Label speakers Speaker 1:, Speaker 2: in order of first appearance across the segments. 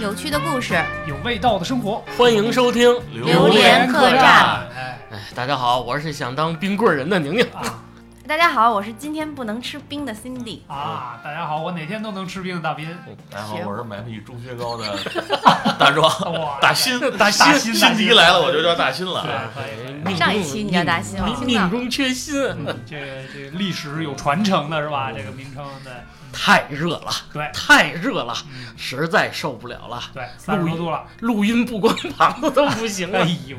Speaker 1: 有趣的故事，
Speaker 2: 有味道的生活，
Speaker 3: 欢迎收听《
Speaker 1: 榴莲客栈》。
Speaker 2: 哎，
Speaker 3: 哎，大家好，我是想当冰棍人的宁宁。
Speaker 2: 啊
Speaker 1: 大家好，我是今天不能吃冰的 Cindy。
Speaker 2: 啊！大家好，我哪天都能吃冰的大 斌。
Speaker 4: 大家好，
Speaker 1: 行
Speaker 4: 嗯我是买不起猪血糕的 大壮，
Speaker 2: 哇，
Speaker 4: 大新，
Speaker 2: 大新
Speaker 4: 新新敌来了，我就叫大新
Speaker 2: 对
Speaker 4: 了。啊
Speaker 2: 可以可以
Speaker 3: 命中
Speaker 1: 哎上一期你叫大啊新我听到
Speaker 3: 命中缺心，啊
Speaker 2: 嗯这个这个历史有传承的是吧？
Speaker 3: 嗯
Speaker 2: 这个名称对
Speaker 3: 太热了，
Speaker 2: 对
Speaker 3: 太热了，
Speaker 2: 嗯
Speaker 3: 实在受不了了，
Speaker 2: 对，三十多度了。
Speaker 3: 录音不光膀子都 不行
Speaker 2: 哎
Speaker 3: 了。
Speaker 2: 呦，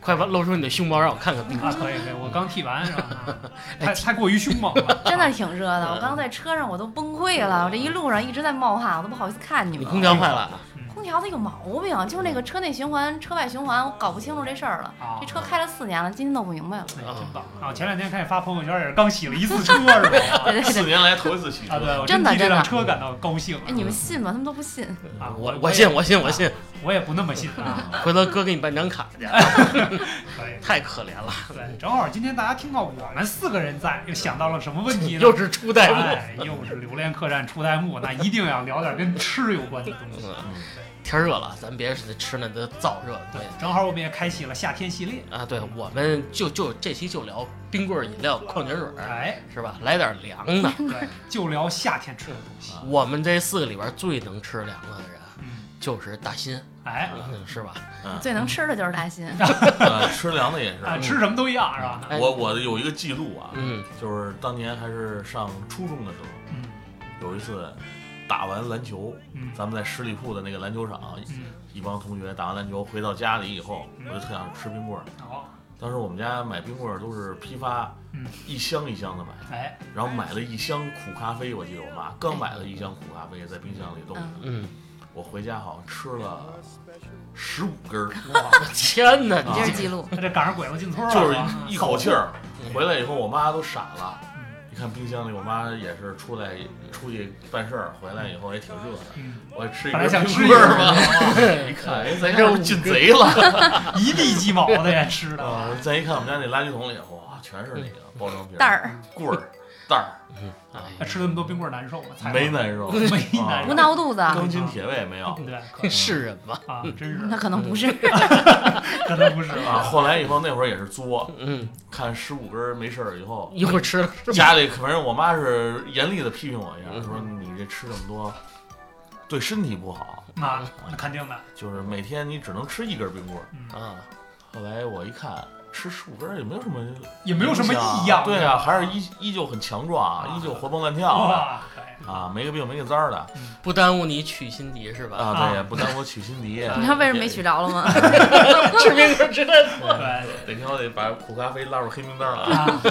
Speaker 3: 快把露出你的胸毛，让我看看冰棍。
Speaker 2: 啊，可以可以，我刚剃完是 吧？
Speaker 3: 哎
Speaker 2: 太太过于凶猛了，哎
Speaker 1: 真的挺热的，
Speaker 3: 嗯
Speaker 1: 我刚在车上我都崩溃了，我这一路上一直在冒汗，我都不好意思看你
Speaker 3: 你
Speaker 1: 们。
Speaker 3: 空调坏了啊？
Speaker 1: 空调它有毛病，啊就是那个车内循环、车外循环，我搞不清楚这事儿了。
Speaker 2: 啊
Speaker 1: 这车开了四年了，今天弄不明白了。
Speaker 2: 哎
Speaker 3: 哦
Speaker 2: 真棒啊！前两天看你发朋友圈，也是刚洗了一次车 是吧？
Speaker 1: 对对
Speaker 4: 四
Speaker 1: 对，
Speaker 4: 年来头一次洗
Speaker 2: 啊，对，
Speaker 4: 车，
Speaker 2: 我
Speaker 1: 真的
Speaker 2: 替这辆
Speaker 1: 真
Speaker 2: 车感到高兴啊。
Speaker 1: 哎，你们信吗？他们都不 信。
Speaker 2: 啊，
Speaker 3: 我
Speaker 2: 我也
Speaker 3: 信，我信，我信。
Speaker 2: 我也不那么信啊。
Speaker 3: 回头哥给你办张卡
Speaker 2: 哎
Speaker 3: 去，
Speaker 2: 可以。
Speaker 3: 太可怜了，
Speaker 2: 对，正好今天大家听到我们四个人在，又想到了什么问 题呢？
Speaker 3: 又是初代目。
Speaker 2: 哎，又是榴莲客栈出弹幕，那一定要聊点跟吃有关的东西。
Speaker 3: 嗯天热了，咱别吃那都燥热的东
Speaker 2: 对
Speaker 3: 西。，
Speaker 2: 正好我们也开启了夏天系列。
Speaker 3: 啊，对，我们就就这期就聊冰棍儿、饮料、矿泉水儿，
Speaker 2: 哎，
Speaker 3: 是吧？来点凉的。
Speaker 2: 对，就聊夏天吃的东西。
Speaker 3: 我们这四个里边最能吃凉的的人
Speaker 2: 嗯，
Speaker 3: 就是大新，嗯
Speaker 2: 哎，
Speaker 3: 是吧？
Speaker 1: 最能吃的就是大新，
Speaker 4: 啊吃凉的也是。嗯
Speaker 2: 啊，吃什么都一样是吧？
Speaker 3: 哎
Speaker 4: 我我有一个记录啊，
Speaker 3: 嗯，
Speaker 4: 就是当年还是上初中的时候，
Speaker 2: 嗯
Speaker 4: 有一次打完篮球，
Speaker 2: 嗯
Speaker 4: 咱们在十里铺的那个篮球场，
Speaker 2: 嗯，
Speaker 4: 一帮同学打完篮球回到家里以后，
Speaker 2: 嗯
Speaker 4: 我就特想吃冰棍儿。
Speaker 2: 好，
Speaker 4: 当时我们家买冰棍儿都是批发
Speaker 2: 嗯，
Speaker 4: 一箱一箱的买，
Speaker 2: 哎，
Speaker 4: 然后买了一箱苦咖啡，我记得我妈刚买了一箱苦咖啡，在冰箱里冻着。
Speaker 1: 嗯
Speaker 3: 嗯，
Speaker 4: 我回家好像吃了十五根儿，
Speaker 2: 哇，
Speaker 3: 天哪，
Speaker 1: 你
Speaker 3: 你
Speaker 1: 这
Speaker 3: 这
Speaker 1: 是记录。
Speaker 2: 这赶上鬼子进村了，
Speaker 4: 就是
Speaker 2: 啊
Speaker 4: 一口气儿。回来以后，我妈都傻了
Speaker 2: 嗯。
Speaker 4: 一看冰箱里，我妈也是出来出去办事儿，回来以后也挺热的。
Speaker 2: 嗯
Speaker 4: 我吃一
Speaker 2: 本来
Speaker 4: 根
Speaker 2: 想吃
Speaker 4: 冰棍儿
Speaker 2: 一
Speaker 4: 吧，
Speaker 3: 这
Speaker 4: 一看，哎，咱家是进贼了。
Speaker 2: 一地鸡毛的也吃的，
Speaker 4: 啊！咱一看我们家那垃圾桶里，哇，全是那个包装瓶、
Speaker 1: 袋、 儿
Speaker 4: 棍儿、袋儿，
Speaker 3: 哎
Speaker 2: 啊吃那么多冰棍儿难受吗？才
Speaker 4: 没难受，啊
Speaker 2: 没难受
Speaker 1: 不闹肚子，啊
Speaker 4: 钢筋铁胃没有
Speaker 2: 对，可
Speaker 3: 呀，是人吗？
Speaker 2: 啊，真是
Speaker 1: 那可能不 是。
Speaker 2: 可能不是
Speaker 4: 啊。后来以后那会儿也是作，
Speaker 3: 嗯，
Speaker 4: 看十五根儿没事儿以后，
Speaker 3: 一会儿吃了是吧？
Speaker 4: 家里反正我妈是严厉的批评我一下，说你这吃这么多，对身体不好，
Speaker 2: 啊，那肯定的，
Speaker 4: 就是每天你只能吃一根冰棍儿。
Speaker 2: 嗯，
Speaker 3: 啊，
Speaker 4: 后来我一看，吃十五根儿也没有什么，
Speaker 2: 也没有什么异样，
Speaker 4: 对啊，还是依依旧很强壮
Speaker 2: 啊
Speaker 4: 啊，依旧活蹦乱跳啊，
Speaker 2: 哇，可以
Speaker 4: 啊，没个病没个灾儿的
Speaker 3: 不耽误你娶新敌是吧？嗯
Speaker 4: 啊，对，也不耽误我娶新 敌。
Speaker 1: 你知道为什么没娶着了吗？
Speaker 3: 吃冰棍儿吃的，
Speaker 2: 对
Speaker 4: 哪天我得把苦咖啡拉入黑名单了啊。
Speaker 2: 啊，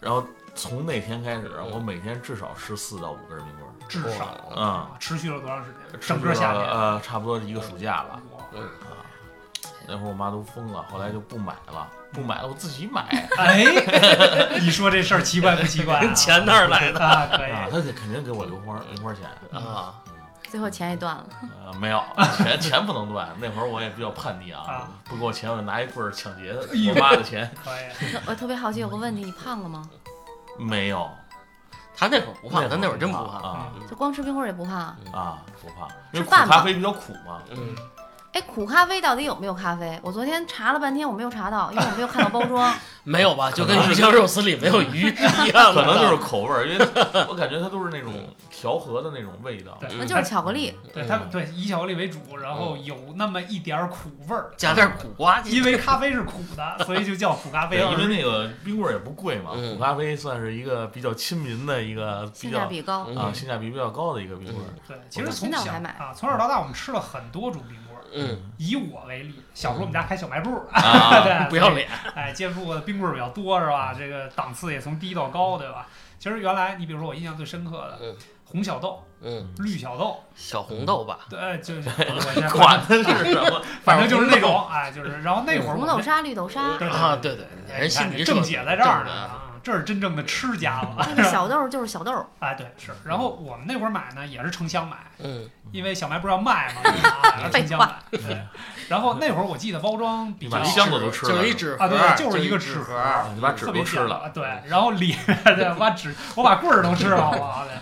Speaker 4: 然后从那天开始，我每天至少吃四到五根儿冰棍儿。
Speaker 2: 至少
Speaker 3: 哇
Speaker 4: 嗯，
Speaker 2: 持续了多长时间？
Speaker 4: 吃
Speaker 2: 整个夏天，
Speaker 4: 呃，差不多一个暑假吧。
Speaker 2: 哇
Speaker 3: 嗯
Speaker 4: 那会儿我妈都疯了，后来就不买了，不买了，我自己买
Speaker 2: 哎，你说这事儿奇怪不奇怪啊？
Speaker 3: 钱哪儿来的
Speaker 2: 啊，可
Speaker 4: 啊，
Speaker 2: 以，
Speaker 4: 她肯定给我零花零花钱，
Speaker 3: 啊？
Speaker 1: 最后钱也断了。
Speaker 4: 呃，没有钱 钱不能断，那会儿我也比较叛逆啊
Speaker 2: 啊，哎
Speaker 4: 不给我钱我就拿一棍儿抢劫
Speaker 2: 呦
Speaker 4: 我妈的钱，
Speaker 2: 可以，
Speaker 1: 我特别好奇，有个问题，你胖了吗？
Speaker 4: 没有，
Speaker 3: 他那会儿不胖，咱那会儿真不
Speaker 4: 胖
Speaker 3: 胖。
Speaker 4: 啊
Speaker 1: 就光吃冰棍儿也不胖？
Speaker 4: 啊不胖，因为
Speaker 1: 吃
Speaker 4: 苦
Speaker 1: 饭吧
Speaker 4: 咖啡比较苦嘛，
Speaker 3: 嗯，
Speaker 1: 哎，苦咖啡到底有没有咖啡？我昨天查了半天，我没有查到，因为我没有看到包 装。
Speaker 3: 没有吧？就跟
Speaker 4: 可能
Speaker 3: 鱼
Speaker 4: 是
Speaker 3: 香肉丝里没有鱼是一样的。
Speaker 4: 可能就是口味儿，因为我感觉它都是那种调和的那种味道，
Speaker 2: 对，
Speaker 1: 那就是巧克力，
Speaker 2: 对它对以巧克力为主，然后有那么一点儿苦味儿，
Speaker 3: 加点苦瓜进去，
Speaker 2: 因为咖啡是苦的，所以就叫苦咖啡
Speaker 4: 对，因为
Speaker 2: 而
Speaker 4: 那个冰棍儿也不贵嘛，
Speaker 3: 嗯
Speaker 4: 苦咖啡算是一个比较亲民的一个比
Speaker 1: 性
Speaker 4: 较
Speaker 1: 价比高。
Speaker 3: 嗯
Speaker 4: 啊性价比比较高的一个冰棍儿。
Speaker 2: 对，其实
Speaker 1: 现
Speaker 2: 从
Speaker 1: 在我
Speaker 2: 小
Speaker 1: 还买
Speaker 2: 啊，从小到大我们吃了很多种冰棍儿。
Speaker 3: 嗯
Speaker 2: 以我为例，小时候我们家开小卖部，
Speaker 4: 啊
Speaker 2: 对，
Speaker 3: 不要脸。
Speaker 2: 哎，接触过的冰棍儿比较多是吧？这个档次也从低到高，对吧？其实原来你比如说我印象最深刻的，
Speaker 3: 嗯
Speaker 2: 红小豆、
Speaker 3: 嗯，
Speaker 2: 绿小豆，
Speaker 3: 小红豆吧，
Speaker 2: 对，就是 我先
Speaker 4: 管它是什么，
Speaker 2: 反正就是那种，哎，就是然后那会
Speaker 3: 嗯
Speaker 2: 儿
Speaker 1: 红
Speaker 2: 我
Speaker 1: 豆
Speaker 2: 们
Speaker 1: 沙、绿豆沙，
Speaker 2: 对
Speaker 3: 啊，对对，
Speaker 2: 哎
Speaker 3: 人
Speaker 2: 你看
Speaker 3: 心里
Speaker 2: 这正解在这儿呢，
Speaker 3: 啊。
Speaker 2: 啊这是真正的吃家 了，
Speaker 1: 那个小豆儿就是小豆儿，
Speaker 2: 哎，对是。然后我们那会儿买呢也是成箱买，
Speaker 3: 嗯，
Speaker 2: 因为小卖部要卖嘛，啊，成箱买。对，然后那会儿我记得包装比
Speaker 4: 你
Speaker 2: 较
Speaker 4: 把箱子都吃了，
Speaker 3: 就是一纸盒
Speaker 2: 啊，
Speaker 3: 儿，
Speaker 2: 对，就是
Speaker 3: 一
Speaker 2: 一个
Speaker 3: 纸
Speaker 2: 纸盒
Speaker 3: 盒
Speaker 2: 儿
Speaker 3: 儿。
Speaker 4: 啊你把纸
Speaker 2: 特
Speaker 4: 都
Speaker 2: 别
Speaker 3: 嗯
Speaker 4: 吃
Speaker 2: 香
Speaker 4: 了，
Speaker 2: 啊对，然后里对，把纸我把棍儿都吃了，我的。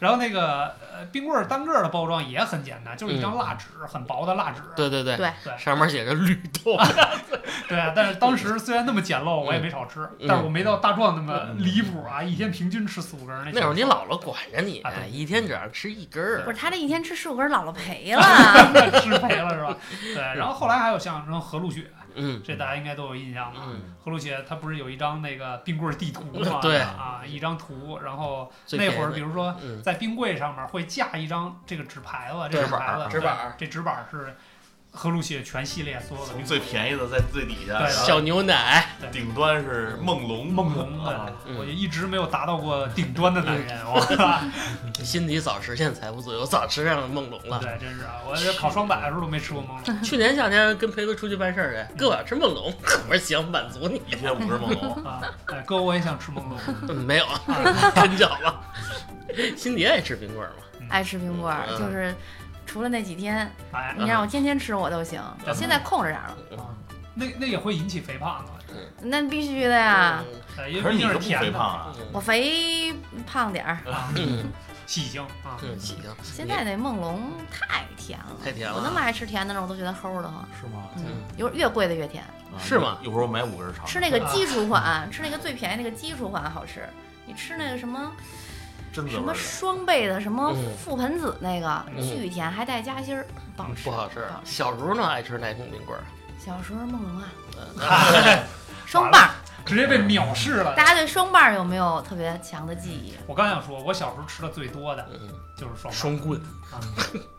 Speaker 2: 然后那个呃冰棍儿单个儿的包装也很简单，就是一张蜡纸，很薄的蜡纸。
Speaker 3: 嗯对对对
Speaker 1: 对
Speaker 3: 上面写着绿豆，
Speaker 2: 对啊，但是当时虽然那么简陋，
Speaker 3: 嗯
Speaker 2: 我也没少吃，但是我没到大壮那么离谱啊，一天平均吃四五根儿。
Speaker 3: 那会儿你姥姥管着你
Speaker 2: 啊对，
Speaker 3: 一天只让吃一根
Speaker 1: 不
Speaker 3: 儿。
Speaker 1: 是他这一天吃十五根，姥姥赔 了。
Speaker 2: 吃赔了是吧？对，然后后来还有像什么河路雪，
Speaker 3: 嗯
Speaker 2: 这大家应该都有印象吧？
Speaker 3: 嗯，
Speaker 2: 河路雪它不是有一张那个冰棍儿地图吗？
Speaker 3: 对
Speaker 2: 啊，一张图，然后
Speaker 3: 最
Speaker 2: 那
Speaker 3: 便宜
Speaker 2: 会儿比如说
Speaker 3: 嗯
Speaker 2: 在冰柜上面会架一张这个纸牌子，这
Speaker 3: 对
Speaker 2: 纸牌子，
Speaker 3: 纸板儿啊
Speaker 2: 对这纸板儿啊是河路雪全系列所有的冰棍
Speaker 4: 从最便宜的在最底下，
Speaker 2: 对啊
Speaker 4: 然后
Speaker 3: 小牛奶，
Speaker 4: 顶端是梦龙，啊
Speaker 2: 梦龙的，
Speaker 3: 嗯
Speaker 2: 我就一直没有达到过顶端的男人，我靠！
Speaker 3: 心底早实现财务自由，早吃上梦龙
Speaker 4: 嗯
Speaker 3: 了。
Speaker 2: 对，真是啊，我这考双百的时候都没吃过梦龙
Speaker 3: 去年夏天跟培哥出去办事儿哎去，哥我要吃梦龙， 我说行，满足你。
Speaker 4: 一天五根梦 龙，
Speaker 2: 啊。哎，哥，我也想吃梦龙。
Speaker 3: 嗯没有，
Speaker 2: 啊
Speaker 3: 真巧了。辛迪爱吃冰棍儿吗？
Speaker 1: 爱吃冰棍儿，
Speaker 3: 嗯
Speaker 1: 就是除了那几天，
Speaker 2: 哎，
Speaker 1: 你让我天天吃我都行。
Speaker 2: 嗯
Speaker 1: 现在控制点儿了，
Speaker 4: 嗯
Speaker 2: 啊那那也会引起肥胖的，
Speaker 1: 那必须的呀。
Speaker 2: 哎因
Speaker 4: 可
Speaker 2: 为
Speaker 4: 是
Speaker 2: 毕
Speaker 4: 你
Speaker 2: 竟
Speaker 4: 都不
Speaker 2: 甜
Speaker 4: 肥
Speaker 2: 的
Speaker 4: 胖啊，
Speaker 1: 我
Speaker 3: 嗯
Speaker 1: 肥胖点儿，
Speaker 2: 啊，
Speaker 3: 嗯，
Speaker 2: 喜庆啊。
Speaker 3: 嗯行，
Speaker 1: 现在那梦龙太甜了，
Speaker 3: 太甜了
Speaker 1: 我那么爱吃甜的，我都觉得齁的慌。
Speaker 4: 是吗？
Speaker 1: 嗯，有越贵的越甜，
Speaker 4: 啊
Speaker 3: 是吗？
Speaker 4: 一会儿我买五根
Speaker 3: 啊
Speaker 4: 尝，
Speaker 1: 吃那个 基础款，吃那个最便宜那个基础款好吃。你吃那个什么
Speaker 4: 真的
Speaker 1: 什么双倍的什么
Speaker 3: 嗯
Speaker 1: 覆盆子那个
Speaker 3: 嗯
Speaker 1: 巨甜，还带夹心儿，不好吃，
Speaker 3: 不好吃
Speaker 1: 不好。吃
Speaker 3: 小时候呢爱吃奶桶冰棍儿，
Speaker 1: 小时候梦龙啊，
Speaker 4: 嗯
Speaker 2: 哎
Speaker 1: 双棒儿，
Speaker 2: 直接被藐视了
Speaker 1: 大。家对双棒儿有没有特别强的记忆？
Speaker 2: 我刚想说，我小时候吃的最多的
Speaker 3: 嗯，
Speaker 2: 就是双棒
Speaker 3: 双棍，
Speaker 2: 啊，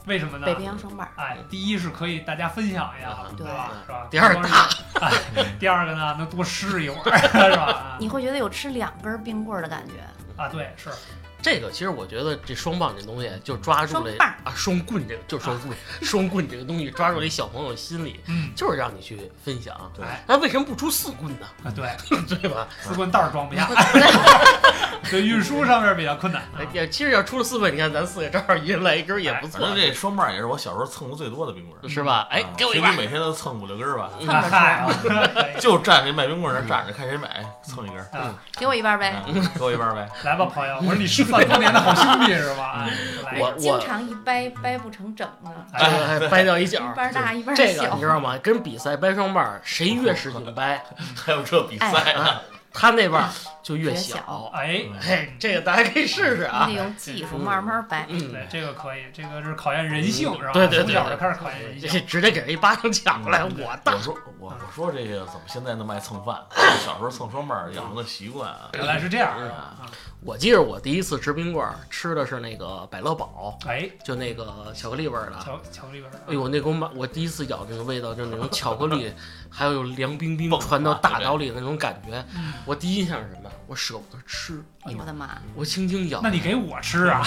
Speaker 2: 为什么呢
Speaker 1: 北？冰洋双棒儿。
Speaker 2: 哎，第一是可以大家分享一下，
Speaker 3: 嗯
Speaker 2: 对吧？是吧？
Speaker 3: 第二
Speaker 2: 大，
Speaker 4: 嗯
Speaker 2: 哎，第二个呢，能多试一会儿， 是吧？
Speaker 1: 你会觉得有吃两根冰棍儿的感觉，
Speaker 2: 啊，对，是
Speaker 3: 这个其实我觉得这双棒这东西就抓住了
Speaker 1: 双棒
Speaker 3: 啊，双棍这个就是双棍，双棍这个东西抓住了一小朋友心里，
Speaker 2: 嗯，
Speaker 3: 就是让你去分享。
Speaker 4: 对
Speaker 2: 哎，
Speaker 3: 那为什么不出四棍呢？
Speaker 2: 啊，对，
Speaker 3: 对吧？
Speaker 2: 四棍袋儿装不下， 所以运输上面比较困难。啊
Speaker 3: 哎也其实要出了四棍，你看咱四个正好一人来一根儿也不
Speaker 4: 反
Speaker 3: 错，
Speaker 4: 正这双棒也是我小时候蹭过最多的冰棍儿，
Speaker 3: 是吧？哎
Speaker 4: 啊，
Speaker 3: 给我一嗯
Speaker 4: 平
Speaker 3: 半
Speaker 4: 均。每天都蹭五六根儿吧，
Speaker 1: 蹭着
Speaker 2: 嗨
Speaker 1: 吃，
Speaker 2: 啊可以
Speaker 4: 就站谁卖冰棍儿那儿站着看谁买，蹭一根儿，
Speaker 3: 嗯
Speaker 2: 啊
Speaker 1: 给我一半呗。
Speaker 4: 啊给我一 半呗。
Speaker 2: 来吧，朋友，我是你失散多年的好兄弟，是吧？哎来一
Speaker 3: 嗯我
Speaker 2: 个，
Speaker 1: 经常一掰掰不成整呢，
Speaker 2: 哎
Speaker 3: 哎，掰掉一角
Speaker 1: 一
Speaker 3: 儿。
Speaker 1: 半大一半
Speaker 3: 这个
Speaker 1: 小
Speaker 3: 你知。道吗？跟比赛掰双棒儿，谁越使劲掰，
Speaker 4: 还有这比赛呢，
Speaker 3: 啊他那棒儿就越
Speaker 1: 越
Speaker 3: 小
Speaker 1: 小。
Speaker 2: 哎，
Speaker 3: 嘿，这个大家可以试试啊
Speaker 1: 你得。用技术慢慢掰，
Speaker 3: 嗯，
Speaker 2: 对，这个可以，这个是考验人性，是吧？
Speaker 3: 对对对
Speaker 2: 从小就开始考验人
Speaker 3: 这
Speaker 2: 性。
Speaker 3: 直接给人一巴掌抢过来，我大
Speaker 4: 我。说我我说这个怎么现在那么爱 蹭饭？我小时候蹭双棒儿养成的习惯啊。
Speaker 2: 原来是这样，是吧？
Speaker 3: 嗯
Speaker 2: 啊
Speaker 3: 我记着我第一次吃冰棍儿，吃的是那个百乐宝，
Speaker 2: 哎，
Speaker 3: 就那个巧克力味儿的。
Speaker 2: 巧巧克力味儿。
Speaker 3: 哎呦，那给我买，我第一次咬那个味道，就是那种巧克力，还有凉冰冰传
Speaker 2: 啊
Speaker 3: 到大脑里的那种感觉。
Speaker 2: 嗯
Speaker 3: 我第一印象是什么？我舍不得吃，
Speaker 1: 哎呦我的妈！
Speaker 3: 我轻轻咬
Speaker 2: 那，你给我吃啊！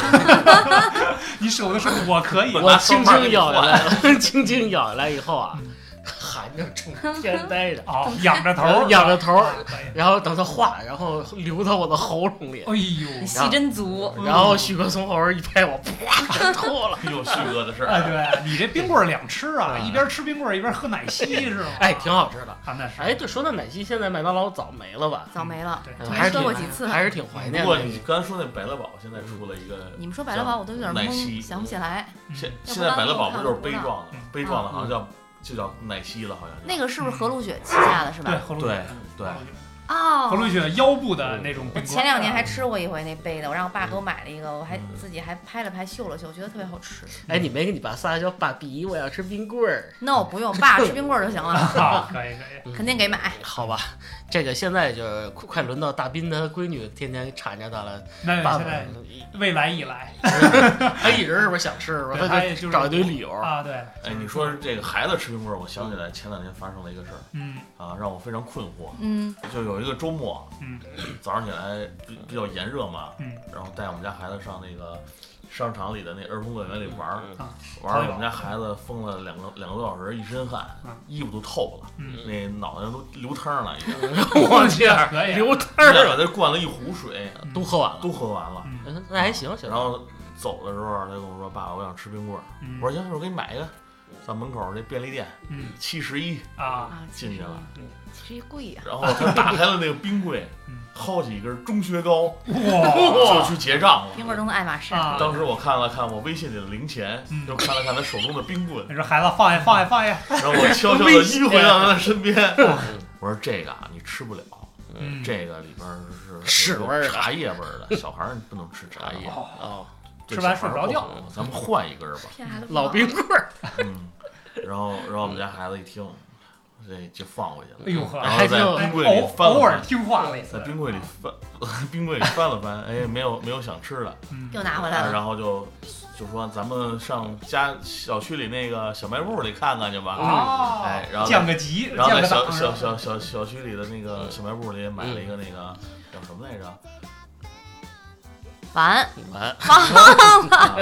Speaker 2: 你舍不得说，我可以。
Speaker 3: 我轻轻咬下来了， 轻轻咬下来以后啊，含着冲天待着，
Speaker 2: 哦，仰 着头儿，
Speaker 3: 仰着头儿
Speaker 2: 可以。
Speaker 3: 然后等它化，然后流到我的喉咙里，
Speaker 2: 哎呦，
Speaker 1: 你戏真足，
Speaker 3: 然后旭哥从后边一拍我，啪吐了。
Speaker 4: 又旭哥的事儿，
Speaker 2: 哎，对你这冰棍儿两吃啊，
Speaker 3: 嗯
Speaker 2: 一边吃冰棍儿一边喝奶昔是吗？
Speaker 3: 哎，挺好吃的。
Speaker 2: 啊，那是。
Speaker 3: 哎，对，说到奶昔，现在麦当劳早没了吧？
Speaker 1: 早没了，
Speaker 2: 对
Speaker 3: 嗯
Speaker 1: 没
Speaker 3: 还是
Speaker 1: 喝
Speaker 3: 挺
Speaker 1: 过几次
Speaker 3: 还是挺怀念
Speaker 4: 不
Speaker 3: 的
Speaker 4: 过。你刚才说那百乐宝现在出了一个，
Speaker 1: 你们说百乐宝，我都有点
Speaker 4: 奶昔
Speaker 1: 懵，想不起来。
Speaker 4: 现
Speaker 1: 要不
Speaker 4: 现在百乐宝不就是杯
Speaker 1: 当时
Speaker 4: 装的
Speaker 2: 嗯，
Speaker 4: 杯装的好像叫就叫奶昔了，好像
Speaker 1: 那个是不是和路雪旗下的是
Speaker 2: 对，
Speaker 1: 吧？
Speaker 2: 河
Speaker 4: 对对
Speaker 2: 对，河
Speaker 1: 哦，
Speaker 2: 路雪腰部的那种冰棍儿。
Speaker 1: 前两年还吃过一回那杯的，我让我爸给我买了一个，我还自己还拍了拍嗅了嗅，觉得特别好吃。
Speaker 3: 哎，你没给你爸撒娇，爸比，我要吃冰棍儿，
Speaker 1: no，不用，爸吃冰棍儿就行 了，
Speaker 2: 啊，可以可以。
Speaker 1: 肯定给买。嗯
Speaker 3: 嗯好吧？这个现在就是快快轮到大斌他闺女天天缠着他了，
Speaker 2: 那
Speaker 3: 爸
Speaker 2: 现
Speaker 3: 爸
Speaker 2: 在未来一来
Speaker 3: 他一直是不是想吃，
Speaker 2: 对
Speaker 3: 他
Speaker 2: 他也就是
Speaker 3: 找一堆理由。
Speaker 2: 啊，对，
Speaker 4: 哎，你说这个孩子吃冰棍儿，我想起来前两天发生了一个事儿
Speaker 2: 嗯
Speaker 4: 啊，让我非常困惑。
Speaker 1: 嗯，
Speaker 4: 就有一个周末，
Speaker 2: 嗯，
Speaker 4: 早上起来比比较炎热嘛，
Speaker 2: 嗯，
Speaker 4: 然后带我们家孩子上那个商场里的那儿童乐园里玩儿，
Speaker 2: 啊
Speaker 1: 嗯
Speaker 4: 玩儿我们家孩子疯了两个两个多小时，一身汗
Speaker 2: 嗯，
Speaker 4: 衣服都透了，
Speaker 2: 嗯
Speaker 4: 那脑袋都流汤了，已经
Speaker 3: 我去，
Speaker 2: 可以
Speaker 3: 刘摊
Speaker 4: 那把
Speaker 3: 儿
Speaker 4: 他灌了一壶水，
Speaker 3: 都喝完了，
Speaker 4: 都喝完了。
Speaker 2: 嗯
Speaker 3: 嗯那还行，行
Speaker 4: 然。后走的时候，他跟我说：“爸，我想吃冰棍儿。”
Speaker 2: 嗯，
Speaker 4: 我说：“行，我给你买一个。”在门口那便利店
Speaker 2: 嗯
Speaker 4: 七十一，
Speaker 2: 啊，
Speaker 1: 啊，
Speaker 4: 进去了，
Speaker 1: 其实贵呀、
Speaker 4: 然后他打开了那个冰柜
Speaker 2: 嗯，
Speaker 4: 薅起一根中薛高
Speaker 2: 哇，
Speaker 4: 就去结账
Speaker 1: 冰棍
Speaker 4: 了。
Speaker 1: 儿都能爱马仕。
Speaker 2: 啊
Speaker 4: 当时我看了看我微信里的零钱
Speaker 2: 嗯，
Speaker 4: 又看了看他手中的冰棍，
Speaker 2: 你说孩子放下放下放下，
Speaker 4: 然后我悄悄的移回到他的身边。
Speaker 3: 嗯
Speaker 4: 我说这个啊，你吃不了，
Speaker 2: 嗯，
Speaker 4: 这个里边儿是
Speaker 3: 屎味
Speaker 2: 啊
Speaker 3: 儿的
Speaker 4: 有茶叶味儿的，小孩儿你不能吃茶叶，
Speaker 3: 哦，
Speaker 4: 对
Speaker 2: 吃完
Speaker 4: 小孩
Speaker 2: 睡不着觉
Speaker 4: 儿不好咱们换一根儿吧。
Speaker 1: 骗孩子不
Speaker 3: 老
Speaker 1: 好
Speaker 3: 冰棍儿，
Speaker 4: 嗯，然后然后我们家孩子一听，这就放回去了。
Speaker 2: 哎呦呵，
Speaker 4: 然 后在
Speaker 2: 哎
Speaker 4: 冰柜里
Speaker 2: 偶
Speaker 4: 翻了
Speaker 2: 偶尔
Speaker 4: 翻，
Speaker 2: 听话了一次
Speaker 4: 在，冰柜里翻，冰柜里翻了翻， 哎，没有没有想吃的，
Speaker 2: 嗯
Speaker 1: 又拿回来了。
Speaker 4: 然后就就说咱们上家小区里那个小卖部里看看去吧。
Speaker 1: 嗯
Speaker 2: 哦，
Speaker 4: 哎然后
Speaker 2: 降个级，
Speaker 4: 然后
Speaker 2: 降
Speaker 4: 在
Speaker 2: 个
Speaker 4: 小
Speaker 2: 档
Speaker 4: 小
Speaker 2: 是吧
Speaker 4: 小小小区里的那
Speaker 1: 嗯
Speaker 4: 个小卖部里买了一个那个叫什么来着？
Speaker 1: 完，
Speaker 3: 完，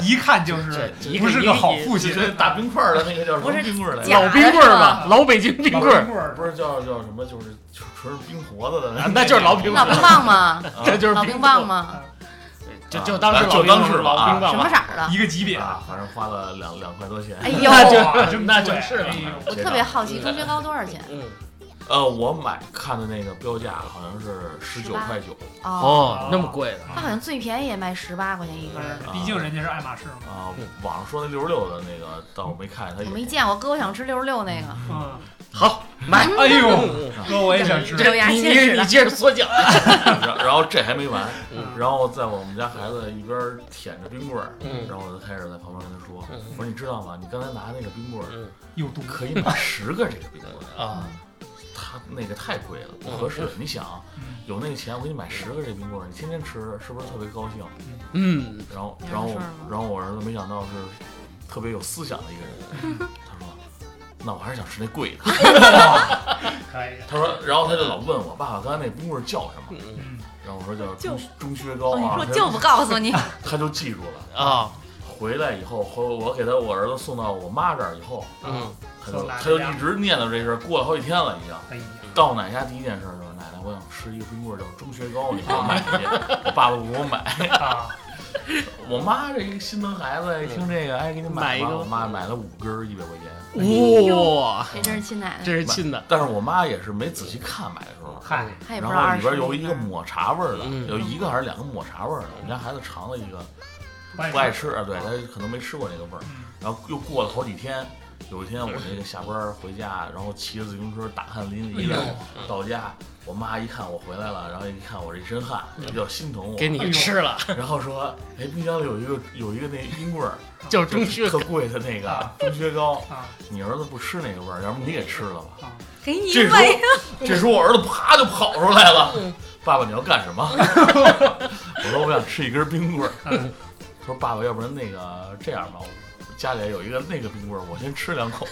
Speaker 2: 一看就是
Speaker 3: 这一
Speaker 2: 不是
Speaker 3: 个
Speaker 2: 个好父
Speaker 4: 就
Speaker 2: 亲，
Speaker 4: 是打冰块 儿的那个叫什么
Speaker 1: 不是
Speaker 4: 冰棍儿来
Speaker 1: 假
Speaker 4: 着？
Speaker 3: 老冰棍儿吧，老北京冰
Speaker 2: 老
Speaker 3: 棍儿，
Speaker 2: 棍儿
Speaker 4: 不是叫叫什么？就是纯是冰坨子 的
Speaker 3: 啊，那就是老冰棍
Speaker 1: 老
Speaker 3: 儿
Speaker 1: 冰棒吗？
Speaker 4: 啊
Speaker 3: 这就是
Speaker 1: 老
Speaker 3: 冰
Speaker 1: 冰
Speaker 3: 棍儿
Speaker 1: 棒，吗？
Speaker 3: 就
Speaker 4: 啊
Speaker 3: 就当是老
Speaker 4: 就
Speaker 3: 冰
Speaker 4: 当
Speaker 3: 棍
Speaker 4: 是
Speaker 3: 儿老
Speaker 4: 吧
Speaker 3: 冰
Speaker 1: 什
Speaker 3: 棒
Speaker 1: 么
Speaker 3: 吧，
Speaker 1: 色儿的？
Speaker 2: 一个级别，
Speaker 4: 啊，反正花了两两块多钱。
Speaker 1: 哎
Speaker 2: 啊
Speaker 1: 呦，
Speaker 3: 那
Speaker 1: 我
Speaker 3: 就
Speaker 2: 哇，真
Speaker 3: 那
Speaker 2: 贵
Speaker 3: 就是了
Speaker 2: 哎呦
Speaker 1: 特别好奇，中学高多少钱？
Speaker 3: 嗯，
Speaker 4: 呃，我买看的那个标价好像是十九块九
Speaker 1: 哦，
Speaker 3: 哦，那么贵的，
Speaker 1: 它好像最便宜也卖十八块钱一根儿。
Speaker 2: 毕竟人家啊是爱马仕嘛，
Speaker 4: 啊，网上说那六十六的那个，但我没看见它
Speaker 1: 我
Speaker 4: 有。
Speaker 1: 没见过，哥，我想吃六十六那个。
Speaker 2: 嗯，
Speaker 3: 好买，
Speaker 2: 哎呦，
Speaker 3: 嗯
Speaker 2: 哥我也想吃，
Speaker 1: 这牙
Speaker 3: 你
Speaker 1: 切齿
Speaker 3: 你
Speaker 1: 了
Speaker 3: 你接着缩脚，
Speaker 4: 然然后这还没完，
Speaker 2: 嗯
Speaker 4: 然后在我们家孩子一边舔着冰棍儿，
Speaker 3: 嗯
Speaker 4: 然后我就开始在旁边跟他说
Speaker 3: 嗯：“
Speaker 4: 我说你知道吗？你刚才拿那个冰棍儿
Speaker 3: 嗯
Speaker 2: 有毒，
Speaker 4: 可以买十个这个冰棍儿，
Speaker 3: 啊，
Speaker 4: 它那个太贵了，不合适。你想
Speaker 2: 嗯
Speaker 4: 有那个钱，我给你买十个这冰棍儿，你天天吃，是不是特别高兴？
Speaker 3: 嗯，
Speaker 4: 然后，
Speaker 1: 你
Speaker 4: 然后
Speaker 1: 有事
Speaker 4: 我
Speaker 1: 儿吗，
Speaker 4: 然后我儿子没想到是特别有思想的一 个人，他说：“那我还是想吃那贵的。”
Speaker 2: 可以，
Speaker 4: 他说，然后他就老问我爸爸刚才那冰棍儿叫什么，
Speaker 2: 嗯，
Speaker 4: 然后我说叫
Speaker 1: 就
Speaker 4: 中中薛
Speaker 1: 哦，
Speaker 4: 高
Speaker 1: 你
Speaker 4: 啊，
Speaker 1: 说
Speaker 4: 他
Speaker 1: 就不告诉你，
Speaker 4: 他就记住了。
Speaker 3: 啊，
Speaker 4: 回来以后，回我给他我儿子送到我妈这儿以后，
Speaker 3: 嗯，
Speaker 4: 他就
Speaker 2: 送哪
Speaker 4: 他
Speaker 2: 家
Speaker 4: 就一直念叨这事儿，过了好几天了已经。
Speaker 2: 哎呀，
Speaker 4: 到奶家第一件事就是奶奶，我想吃一个冰棍儿叫中薛高，你给我买去。我爸爸不给我买，
Speaker 2: 啊，
Speaker 4: 我妈这一个心疼孩子，一听这个，哎，给你
Speaker 3: 买一
Speaker 4: 吧
Speaker 3: 个
Speaker 4: 我妈买了五根儿，一百块钱。
Speaker 3: 哇，
Speaker 1: 哎这真是亲奶奶
Speaker 3: 这，是亲的，
Speaker 4: 但是我妈也是没仔细看买的时候，
Speaker 2: 嗨，
Speaker 1: 他也不
Speaker 4: 然
Speaker 1: 知道
Speaker 4: 后
Speaker 1: 二
Speaker 4: 里
Speaker 1: 十。
Speaker 4: 边有一个抹茶味儿的，
Speaker 3: 嗯
Speaker 4: 有一个还是两个抹茶味儿的。我们家孩子尝了一个， 不
Speaker 2: 不
Speaker 4: 爱，吃啊，对他可能没吃过那个味儿。
Speaker 2: 嗯
Speaker 4: 然后又过了好几天，有一天我那个下班儿回家，然后骑着自行车大汗淋漓
Speaker 2: 哎
Speaker 4: 的到家，我妈一看我回来了，然后一看我这一身汗，也比较心疼我，
Speaker 3: 给你吃了，
Speaker 4: 然后说，哎，冰箱里有一个有一个那冰棍儿，
Speaker 3: 就是中
Speaker 4: 就是
Speaker 3: 学
Speaker 4: 特贵的那个
Speaker 2: 啊
Speaker 4: 中薛高，
Speaker 2: 啊
Speaker 4: 你儿子不吃那个味儿，要不你给吃了吧？
Speaker 2: 啊，
Speaker 1: 给你
Speaker 4: 这时
Speaker 1: 喂，
Speaker 4: 候，这时候我儿子啪就跑出来了。爸爸，你要干什么？ 我说我想吃一根冰棍儿。
Speaker 2: 嗯
Speaker 4: 他说爸爸，要不然那个这样吧，我家里有一个那个冰棍儿，我先吃两口，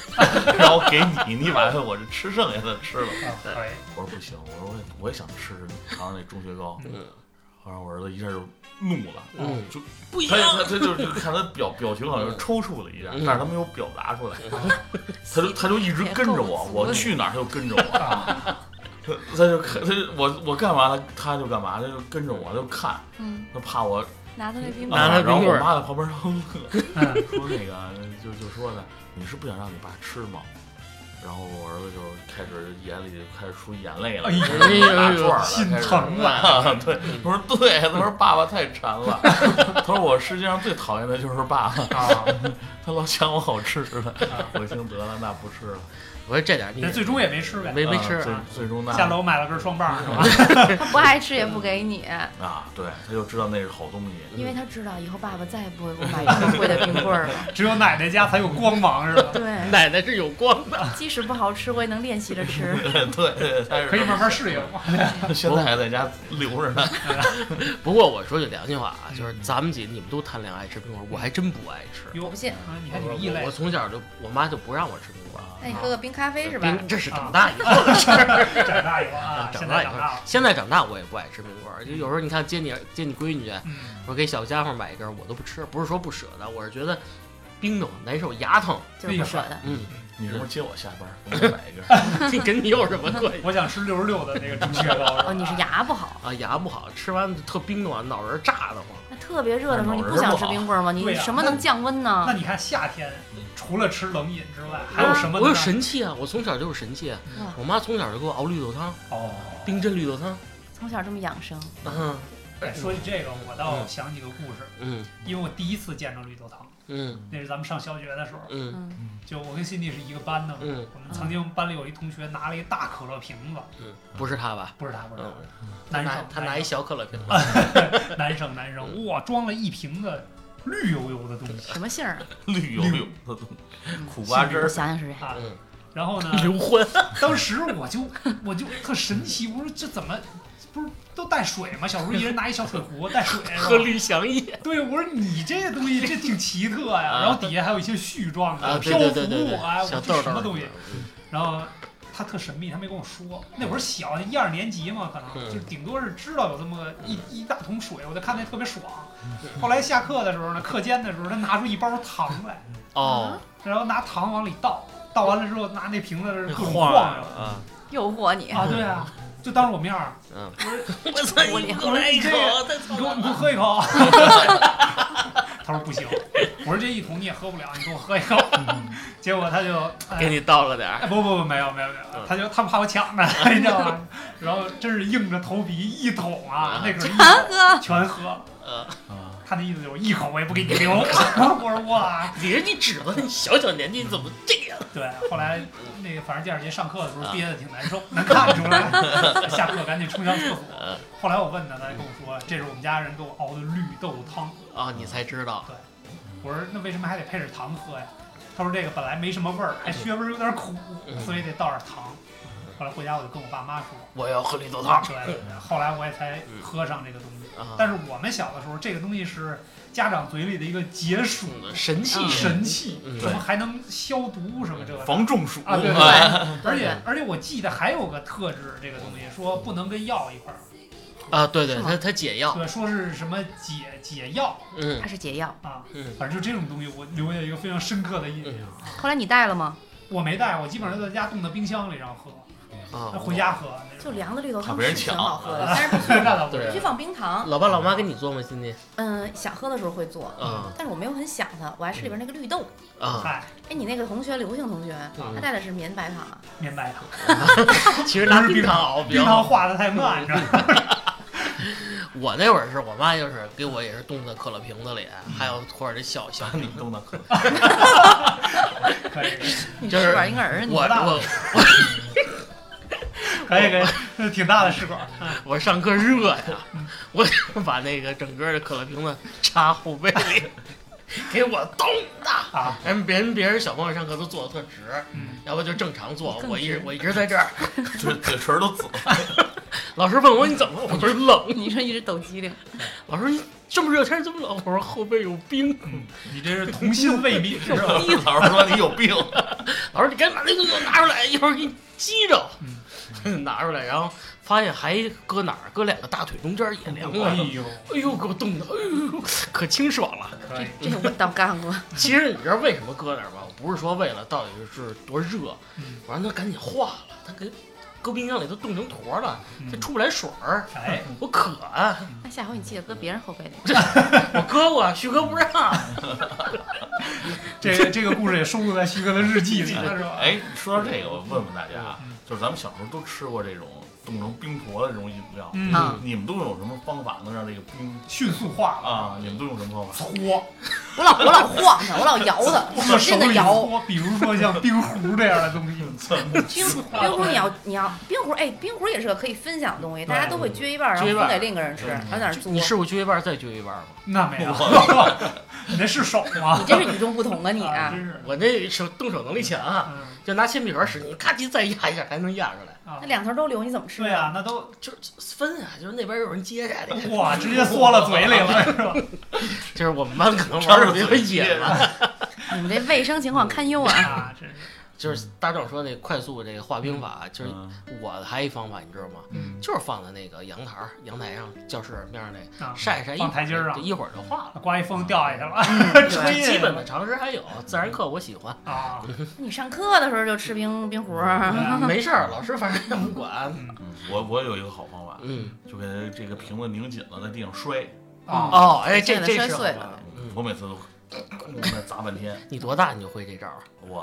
Speaker 4: 然后给你，你把我这吃剩下的吃了。
Speaker 2: 啊可以，
Speaker 4: 我说不行，我说我也我也想吃尝尝那中雪糕。
Speaker 3: 嗯
Speaker 4: 然后我儿子一下就怒了，
Speaker 3: 嗯
Speaker 4: 就
Speaker 3: 不一
Speaker 4: 他
Speaker 3: 样，
Speaker 4: 他他就就看他表表情好像是抽搐了一下，
Speaker 3: 嗯
Speaker 4: 但是他没有表达出来，他就他就一直跟着我，我去哪儿他就 跟着我。
Speaker 2: 啊，
Speaker 4: 他他就看他就我我干嘛他他就干嘛，他就跟着我他就看，
Speaker 1: 嗯，
Speaker 4: 他怕我。
Speaker 1: 拿他那冰
Speaker 3: 拿
Speaker 1: 棒，
Speaker 3: 他
Speaker 4: 啊
Speaker 3: 冰
Speaker 4: 然后
Speaker 3: 棍儿
Speaker 4: 我妈在 旁边哼哼，
Speaker 2: 嗯
Speaker 4: 说那个就就说的，你是不想让你爸吃吗？然后我儿子就开始眼里就开始出眼泪了，
Speaker 2: 哎呦
Speaker 4: 开始打转儿了，
Speaker 2: 心
Speaker 4: 开始
Speaker 2: 疼啊，
Speaker 4: 啊，对，我说对，他说爸爸太馋 了，他说我世界上最讨厌的就是爸爸，
Speaker 2: 啊，
Speaker 4: 他老抢我好吃的，我一听得了，那不吃了，
Speaker 3: 我说这点儿
Speaker 2: 但
Speaker 3: 你
Speaker 2: 最终也没吃呗，
Speaker 3: 没没
Speaker 4: 啊
Speaker 3: 吃
Speaker 4: 最最终那
Speaker 2: 下楼买了根双棒是吧？
Speaker 1: 他不爱吃也
Speaker 4: 嗯
Speaker 1: 不给你，
Speaker 4: 啊，对，他就知道那是好东西，
Speaker 1: 因为他知道以后爸爸再也不会给我买这么 贵的冰棍儿了。
Speaker 2: 只有奶奶家才有光 芒是吧？
Speaker 1: 对，
Speaker 3: 奶奶是有光的，
Speaker 1: 即使不好吃，我也能练习着吃。
Speaker 4: 对，他是
Speaker 2: 嗯可以慢慢嗯适应。
Speaker 4: 现在还在家留着呢。
Speaker 3: 不过我说句良心话啊，
Speaker 2: 嗯
Speaker 3: 就是咱们几个你们都谈恋爱吃冰棍儿，我还真不爱吃。
Speaker 2: 哟，
Speaker 1: 不信
Speaker 2: 啊，你看你
Speaker 3: 我
Speaker 2: 们异类
Speaker 3: 我，从小就我妈就不让我吃冰棍儿，啊
Speaker 1: 那你喝个冰咖啡是吧？
Speaker 3: 冰这是长大以 后的事儿。
Speaker 2: 长大以后啊，
Speaker 3: 长
Speaker 2: 现
Speaker 3: 大
Speaker 2: 在
Speaker 3: 以
Speaker 2: 长大
Speaker 3: 后
Speaker 2: 了，，
Speaker 3: 现在长大我也不爱吃冰棍儿。就有时候你看接你接你闺女去，
Speaker 2: 嗯，
Speaker 3: 我给小家伙买一根儿，我都不吃，不是说不舍得，我是觉得冰的我难受，牙疼。
Speaker 1: 就是不舍得。
Speaker 3: 嗯，
Speaker 4: 你什么时候接我下班？我给你买一 根。
Speaker 3: 这跟 你有什么关系
Speaker 2: 我想吃六
Speaker 3: 哦
Speaker 2: 十六的那个猪血糕。
Speaker 1: 哦，你是牙不好，
Speaker 3: 啊？牙不好，吃完特冰的我脑仁炸得慌。
Speaker 1: 那特别热的时候，你不想吃冰棍儿吗？你
Speaker 2: 对呀
Speaker 1: 什么能降温
Speaker 2: 那
Speaker 1: 呢？
Speaker 2: 你看夏天
Speaker 4: 嗯，
Speaker 2: 除了吃冷饮之外，还有什么呢？
Speaker 3: 啊我有神器啊，我从小就是神器啊
Speaker 1: 哇。
Speaker 3: 我妈从小就给我熬绿豆汤，
Speaker 2: 哦。
Speaker 3: 冰镇绿豆汤。
Speaker 1: 从小这么养生，
Speaker 3: 嗯
Speaker 2: 哎，说起这个，我倒想起个故事，
Speaker 3: 嗯
Speaker 2: 因为我第一次见着绿豆汤，
Speaker 3: 嗯
Speaker 2: 那是咱们上小学的时候，
Speaker 3: 嗯
Speaker 1: 嗯，
Speaker 2: 就我跟辛迪是一个班的嘛。
Speaker 3: 嗯
Speaker 2: 我们曾经班里有一同学拿了一大可乐瓶子，
Speaker 3: 嗯，不是他吧？
Speaker 2: 不是他，不是他
Speaker 3: 嗯，，他
Speaker 2: 男
Speaker 3: 拿
Speaker 2: 生，
Speaker 3: 他拿一小可乐瓶。
Speaker 2: 男生，男生，哇，装了一瓶子绿油油的东西
Speaker 1: 什么杏儿啊？
Speaker 4: 绿油油的东西，苦瓜汁
Speaker 1: 我
Speaker 4: 儿，
Speaker 1: 想想是谁？
Speaker 2: 啊。
Speaker 3: 嗯，
Speaker 2: 然后呢，
Speaker 3: 刘欢。
Speaker 2: 当时我就我就特神奇，我说这怎么不是都带水吗？小时候一人拿一小水壶带水，是吧
Speaker 3: 和吕祥义
Speaker 2: 对，我说你这东西这挺奇特呀，
Speaker 3: 啊
Speaker 2: 然后底下还有一些絮状的
Speaker 3: 啊，对
Speaker 2: 漂
Speaker 3: 对
Speaker 2: 浮
Speaker 3: 对对
Speaker 2: 物啊，我说
Speaker 3: 对，小
Speaker 2: 这
Speaker 3: 豆
Speaker 2: 什
Speaker 3: 豆
Speaker 2: 么东西？？
Speaker 3: 嗯
Speaker 2: 然后他特神秘，他没跟我说。那会儿小，一二年级嘛，可能
Speaker 3: 嗯
Speaker 2: 就是顶多是知道有这么个一一大桶水，我就看那特别爽。
Speaker 3: 嗯
Speaker 2: 后来下课的时候呢，课间的时候，他拿出一包糖来，
Speaker 3: 哦，
Speaker 2: 然后拿糖往里倒，倒完了之后拿那瓶子各种晃
Speaker 3: 晃
Speaker 2: 悠
Speaker 3: 啊，
Speaker 1: 诱惑你，
Speaker 2: 啊，对啊，就当着我面儿，
Speaker 3: 嗯，
Speaker 2: 我
Speaker 3: 我操，你给我来一口，太
Speaker 2: 说你
Speaker 3: 操
Speaker 2: 给我
Speaker 3: 蛋
Speaker 2: 你给我
Speaker 3: 了！
Speaker 2: 喝一 口。他说不行，我说这一桶你也喝不了，你给我喝一口。 结果他就哎
Speaker 3: 嗯给你嗯倒了点儿，
Speaker 2: 哎，不不不，没有没有没有，他就他怕我抢着， 你知道吗？然后真是硬着头皮一桶啊
Speaker 3: 啊，
Speaker 2: 那可是一
Speaker 1: 韩
Speaker 2: 桶
Speaker 1: 哥，
Speaker 2: 全喝了。
Speaker 3: 呃，
Speaker 4: 啊，
Speaker 2: 他那意思就是一口我也不给你留。我说哇，
Speaker 3: 你人你指了，你小小年纪你怎么这样？
Speaker 2: 对，后来那个反正第二节上课的时候
Speaker 3: 啊
Speaker 2: 憋得挺难受，能看出来。下课赶紧冲向厕所。
Speaker 3: 啊
Speaker 2: 后来我问他，他就跟我说，这是我们家人给我熬的绿豆汤。
Speaker 3: 啊，你才知道，
Speaker 2: 我说那为什么还得配着糖喝呀？他说这个本来没什么味儿，还削味儿有点苦，
Speaker 3: 嗯
Speaker 2: 所以得倒点糖。后来回家我就跟我爸妈说，
Speaker 3: 我要喝绿豆汤
Speaker 2: 对，后来我也才
Speaker 3: 嗯
Speaker 2: 喝上这个东西。
Speaker 3: 啊！
Speaker 2: 但是我们小的时候，这个东西是家长嘴里的一个解暑
Speaker 3: 嗯神器
Speaker 1: 嗯
Speaker 2: 神器，
Speaker 3: 嗯
Speaker 2: 什么还能消毒什么这个。
Speaker 4: 防中暑
Speaker 2: 啊对对
Speaker 4: 哎
Speaker 2: 而
Speaker 1: 对
Speaker 2: 且而且我记得还有个特质，这个东西说不能跟药一块儿，
Speaker 3: 啊，对对，
Speaker 1: 是吗
Speaker 3: 它它解药，
Speaker 2: 对，说是什么解解药
Speaker 3: 嗯
Speaker 1: 它是解药。
Speaker 2: 啊，
Speaker 3: 嗯
Speaker 2: 反正就这种东西，我留下一个非常深刻的印象。
Speaker 3: 嗯
Speaker 1: 后来你带了吗？
Speaker 2: 我没带，我基本上都在家冻到冰箱里，然后喝，
Speaker 3: 啊，
Speaker 2: 回家喝。那
Speaker 1: 就
Speaker 2: 种
Speaker 1: 凉的绿豆
Speaker 4: 怕
Speaker 1: 汤
Speaker 4: 别
Speaker 1: 是
Speaker 4: 人
Speaker 1: 挺
Speaker 4: 抢啊
Speaker 1: 好喝的，但是必 须
Speaker 2: 这干了不
Speaker 3: 对
Speaker 1: 必须放冰糖。
Speaker 3: 老爸老妈给你做吗？今天
Speaker 1: 嗯，想喝的时候会做，
Speaker 3: 啊
Speaker 1: 但是我没有很想它，我还吃里边那个绿豆。
Speaker 3: 啊，
Speaker 2: 嗨，
Speaker 1: 哎，你那个同学刘姓同学，
Speaker 3: 嗯
Speaker 1: 他带的是绵白糖啊，
Speaker 2: 绵白糖，
Speaker 3: 其实拿冰糖熬比
Speaker 2: 冰
Speaker 3: 较嗯
Speaker 2: 糖
Speaker 3: 好。
Speaker 2: 化的太慢，你知道吗？
Speaker 3: 我那会儿是我妈就是给我也是冻在可乐瓶子里，啊还有或者这小小
Speaker 4: 把你冻得可
Speaker 2: 可以，
Speaker 1: 你
Speaker 3: 就是
Speaker 1: 试管婴儿啊你
Speaker 3: 我？
Speaker 2: 大
Speaker 3: 我
Speaker 2: 可以，可以，那挺大的试管。啊
Speaker 3: 我上课热呀，我就把那个整个的可乐瓶子插后背里，给我冻的。
Speaker 2: 啊，
Speaker 3: 人别人别人小朋友上课都坐的特直，
Speaker 2: 嗯，
Speaker 3: 要不就正常坐
Speaker 1: 你。更
Speaker 3: 我一
Speaker 1: 直
Speaker 3: 我一直在这儿，
Speaker 4: 嘴嘴唇都紫了，
Speaker 3: 老师问我你怎么了，我说冷。
Speaker 1: 你说一直抖机灵，
Speaker 3: 老师说你这么热天这么冷，我说后背有冰。
Speaker 2: 嗯你这是童心未泯，是 吧？
Speaker 4: 老师说你有病，
Speaker 3: 老师你赶紧把那个给我拿出来，一会儿给你激着。 拿出来，然后发现还搁哪儿？搁两个大腿中间也凉
Speaker 2: 哎
Speaker 3: 了。
Speaker 2: 呦，
Speaker 3: 哎呦，给我冻的，哎呦，可清爽了。
Speaker 2: 可以，
Speaker 1: 这我倒干过。
Speaker 3: 其实你知道为什么搁那儿吗？我不是说为了到底是多热，
Speaker 2: 嗯
Speaker 3: 我让它赶紧化了，它给搁冰箱里都冻成坨了，它
Speaker 2: 嗯
Speaker 3: 出不来水儿。
Speaker 2: 哎，
Speaker 3: 我渴啊，
Speaker 1: 那下回你记得搁别人后背里。
Speaker 3: 我搁过，旭哥不让。
Speaker 2: 这个这个故事也收录在旭哥的日记里了，是吧？
Speaker 4: 哎，说到这个，我问问大家啊
Speaker 2: 嗯，
Speaker 4: 就是咱们小时候都吃过这种冻成冰坨的这种饮料，
Speaker 2: 嗯，
Speaker 1: 啊
Speaker 4: 你们都有什么方法能让这个冰
Speaker 2: 迅速化了，
Speaker 4: 啊？你们都用什么方法？
Speaker 1: 啊
Speaker 2: 搓，
Speaker 1: 我老我老晃它，我老摇它， 我真的摇。
Speaker 2: 搓，比如说像冰壶这样的东西，
Speaker 1: 冰壶冰壶你要你要冰壶哎，冰壶也是个可以分享的东西，大家都会撅一半儿，然
Speaker 3: 撅一
Speaker 1: 后
Speaker 3: 半
Speaker 1: 分
Speaker 3: 儿
Speaker 1: 给另一个人吃，
Speaker 4: 嗯
Speaker 1: 还有点作。
Speaker 3: 你试过撅一半儿再撅一半儿吗？
Speaker 2: 那没有，你那是手吗？
Speaker 1: 你真是与众不同啊你
Speaker 2: 啊，
Speaker 1: 啊！
Speaker 2: 真是，
Speaker 3: 我这手动手能力强啊，
Speaker 2: 嗯
Speaker 3: 就拿铅笔盒使劲，咔叽再压一下还能压出来，
Speaker 2: 啊
Speaker 1: 那，两头都留，你怎么吃？
Speaker 2: 对啊，，那都
Speaker 3: 就是分啊，就是那边有人接下来，
Speaker 2: 哇，直接缩了嘴里了，是吧？
Speaker 3: 就是我们班可能 玩的比较野了，
Speaker 1: 你们这卫生情况堪忧啊！
Speaker 2: 啊，真是，
Speaker 3: 就是大壮说那快速这个画冰法，就是
Speaker 4: 嗯
Speaker 3: 我还一方法你知道吗？
Speaker 2: 嗯，
Speaker 3: 就是放在那个阳台儿阳台上教室面上那
Speaker 2: 啊，
Speaker 3: 晒晒，一
Speaker 2: 放台阶儿上
Speaker 3: 对一会儿就化 了。
Speaker 2: 啊刮一风掉下去了，
Speaker 3: 这
Speaker 2: 吹
Speaker 3: 基本的常识还有，自然课我喜 欢，
Speaker 2: 啊，
Speaker 3: 嗯
Speaker 1: 你上课的时候就吃冰冰壶儿，
Speaker 3: 啊
Speaker 2: 哎
Speaker 3: 没事儿，老师反正 也不管。
Speaker 4: 我我有一个好方法，
Speaker 3: 嗯
Speaker 4: 就给这个瓶子拧紧了，在地上摔，
Speaker 2: 啊，
Speaker 3: 哦，哎，
Speaker 1: 摔
Speaker 3: 这
Speaker 1: 了
Speaker 3: 这
Speaker 1: 摔
Speaker 3: 是
Speaker 1: 碎
Speaker 3: 好
Speaker 1: 了
Speaker 3: 玩儿
Speaker 4: 我每次都那砸半天。
Speaker 3: 你多大你就会这招儿？
Speaker 4: 我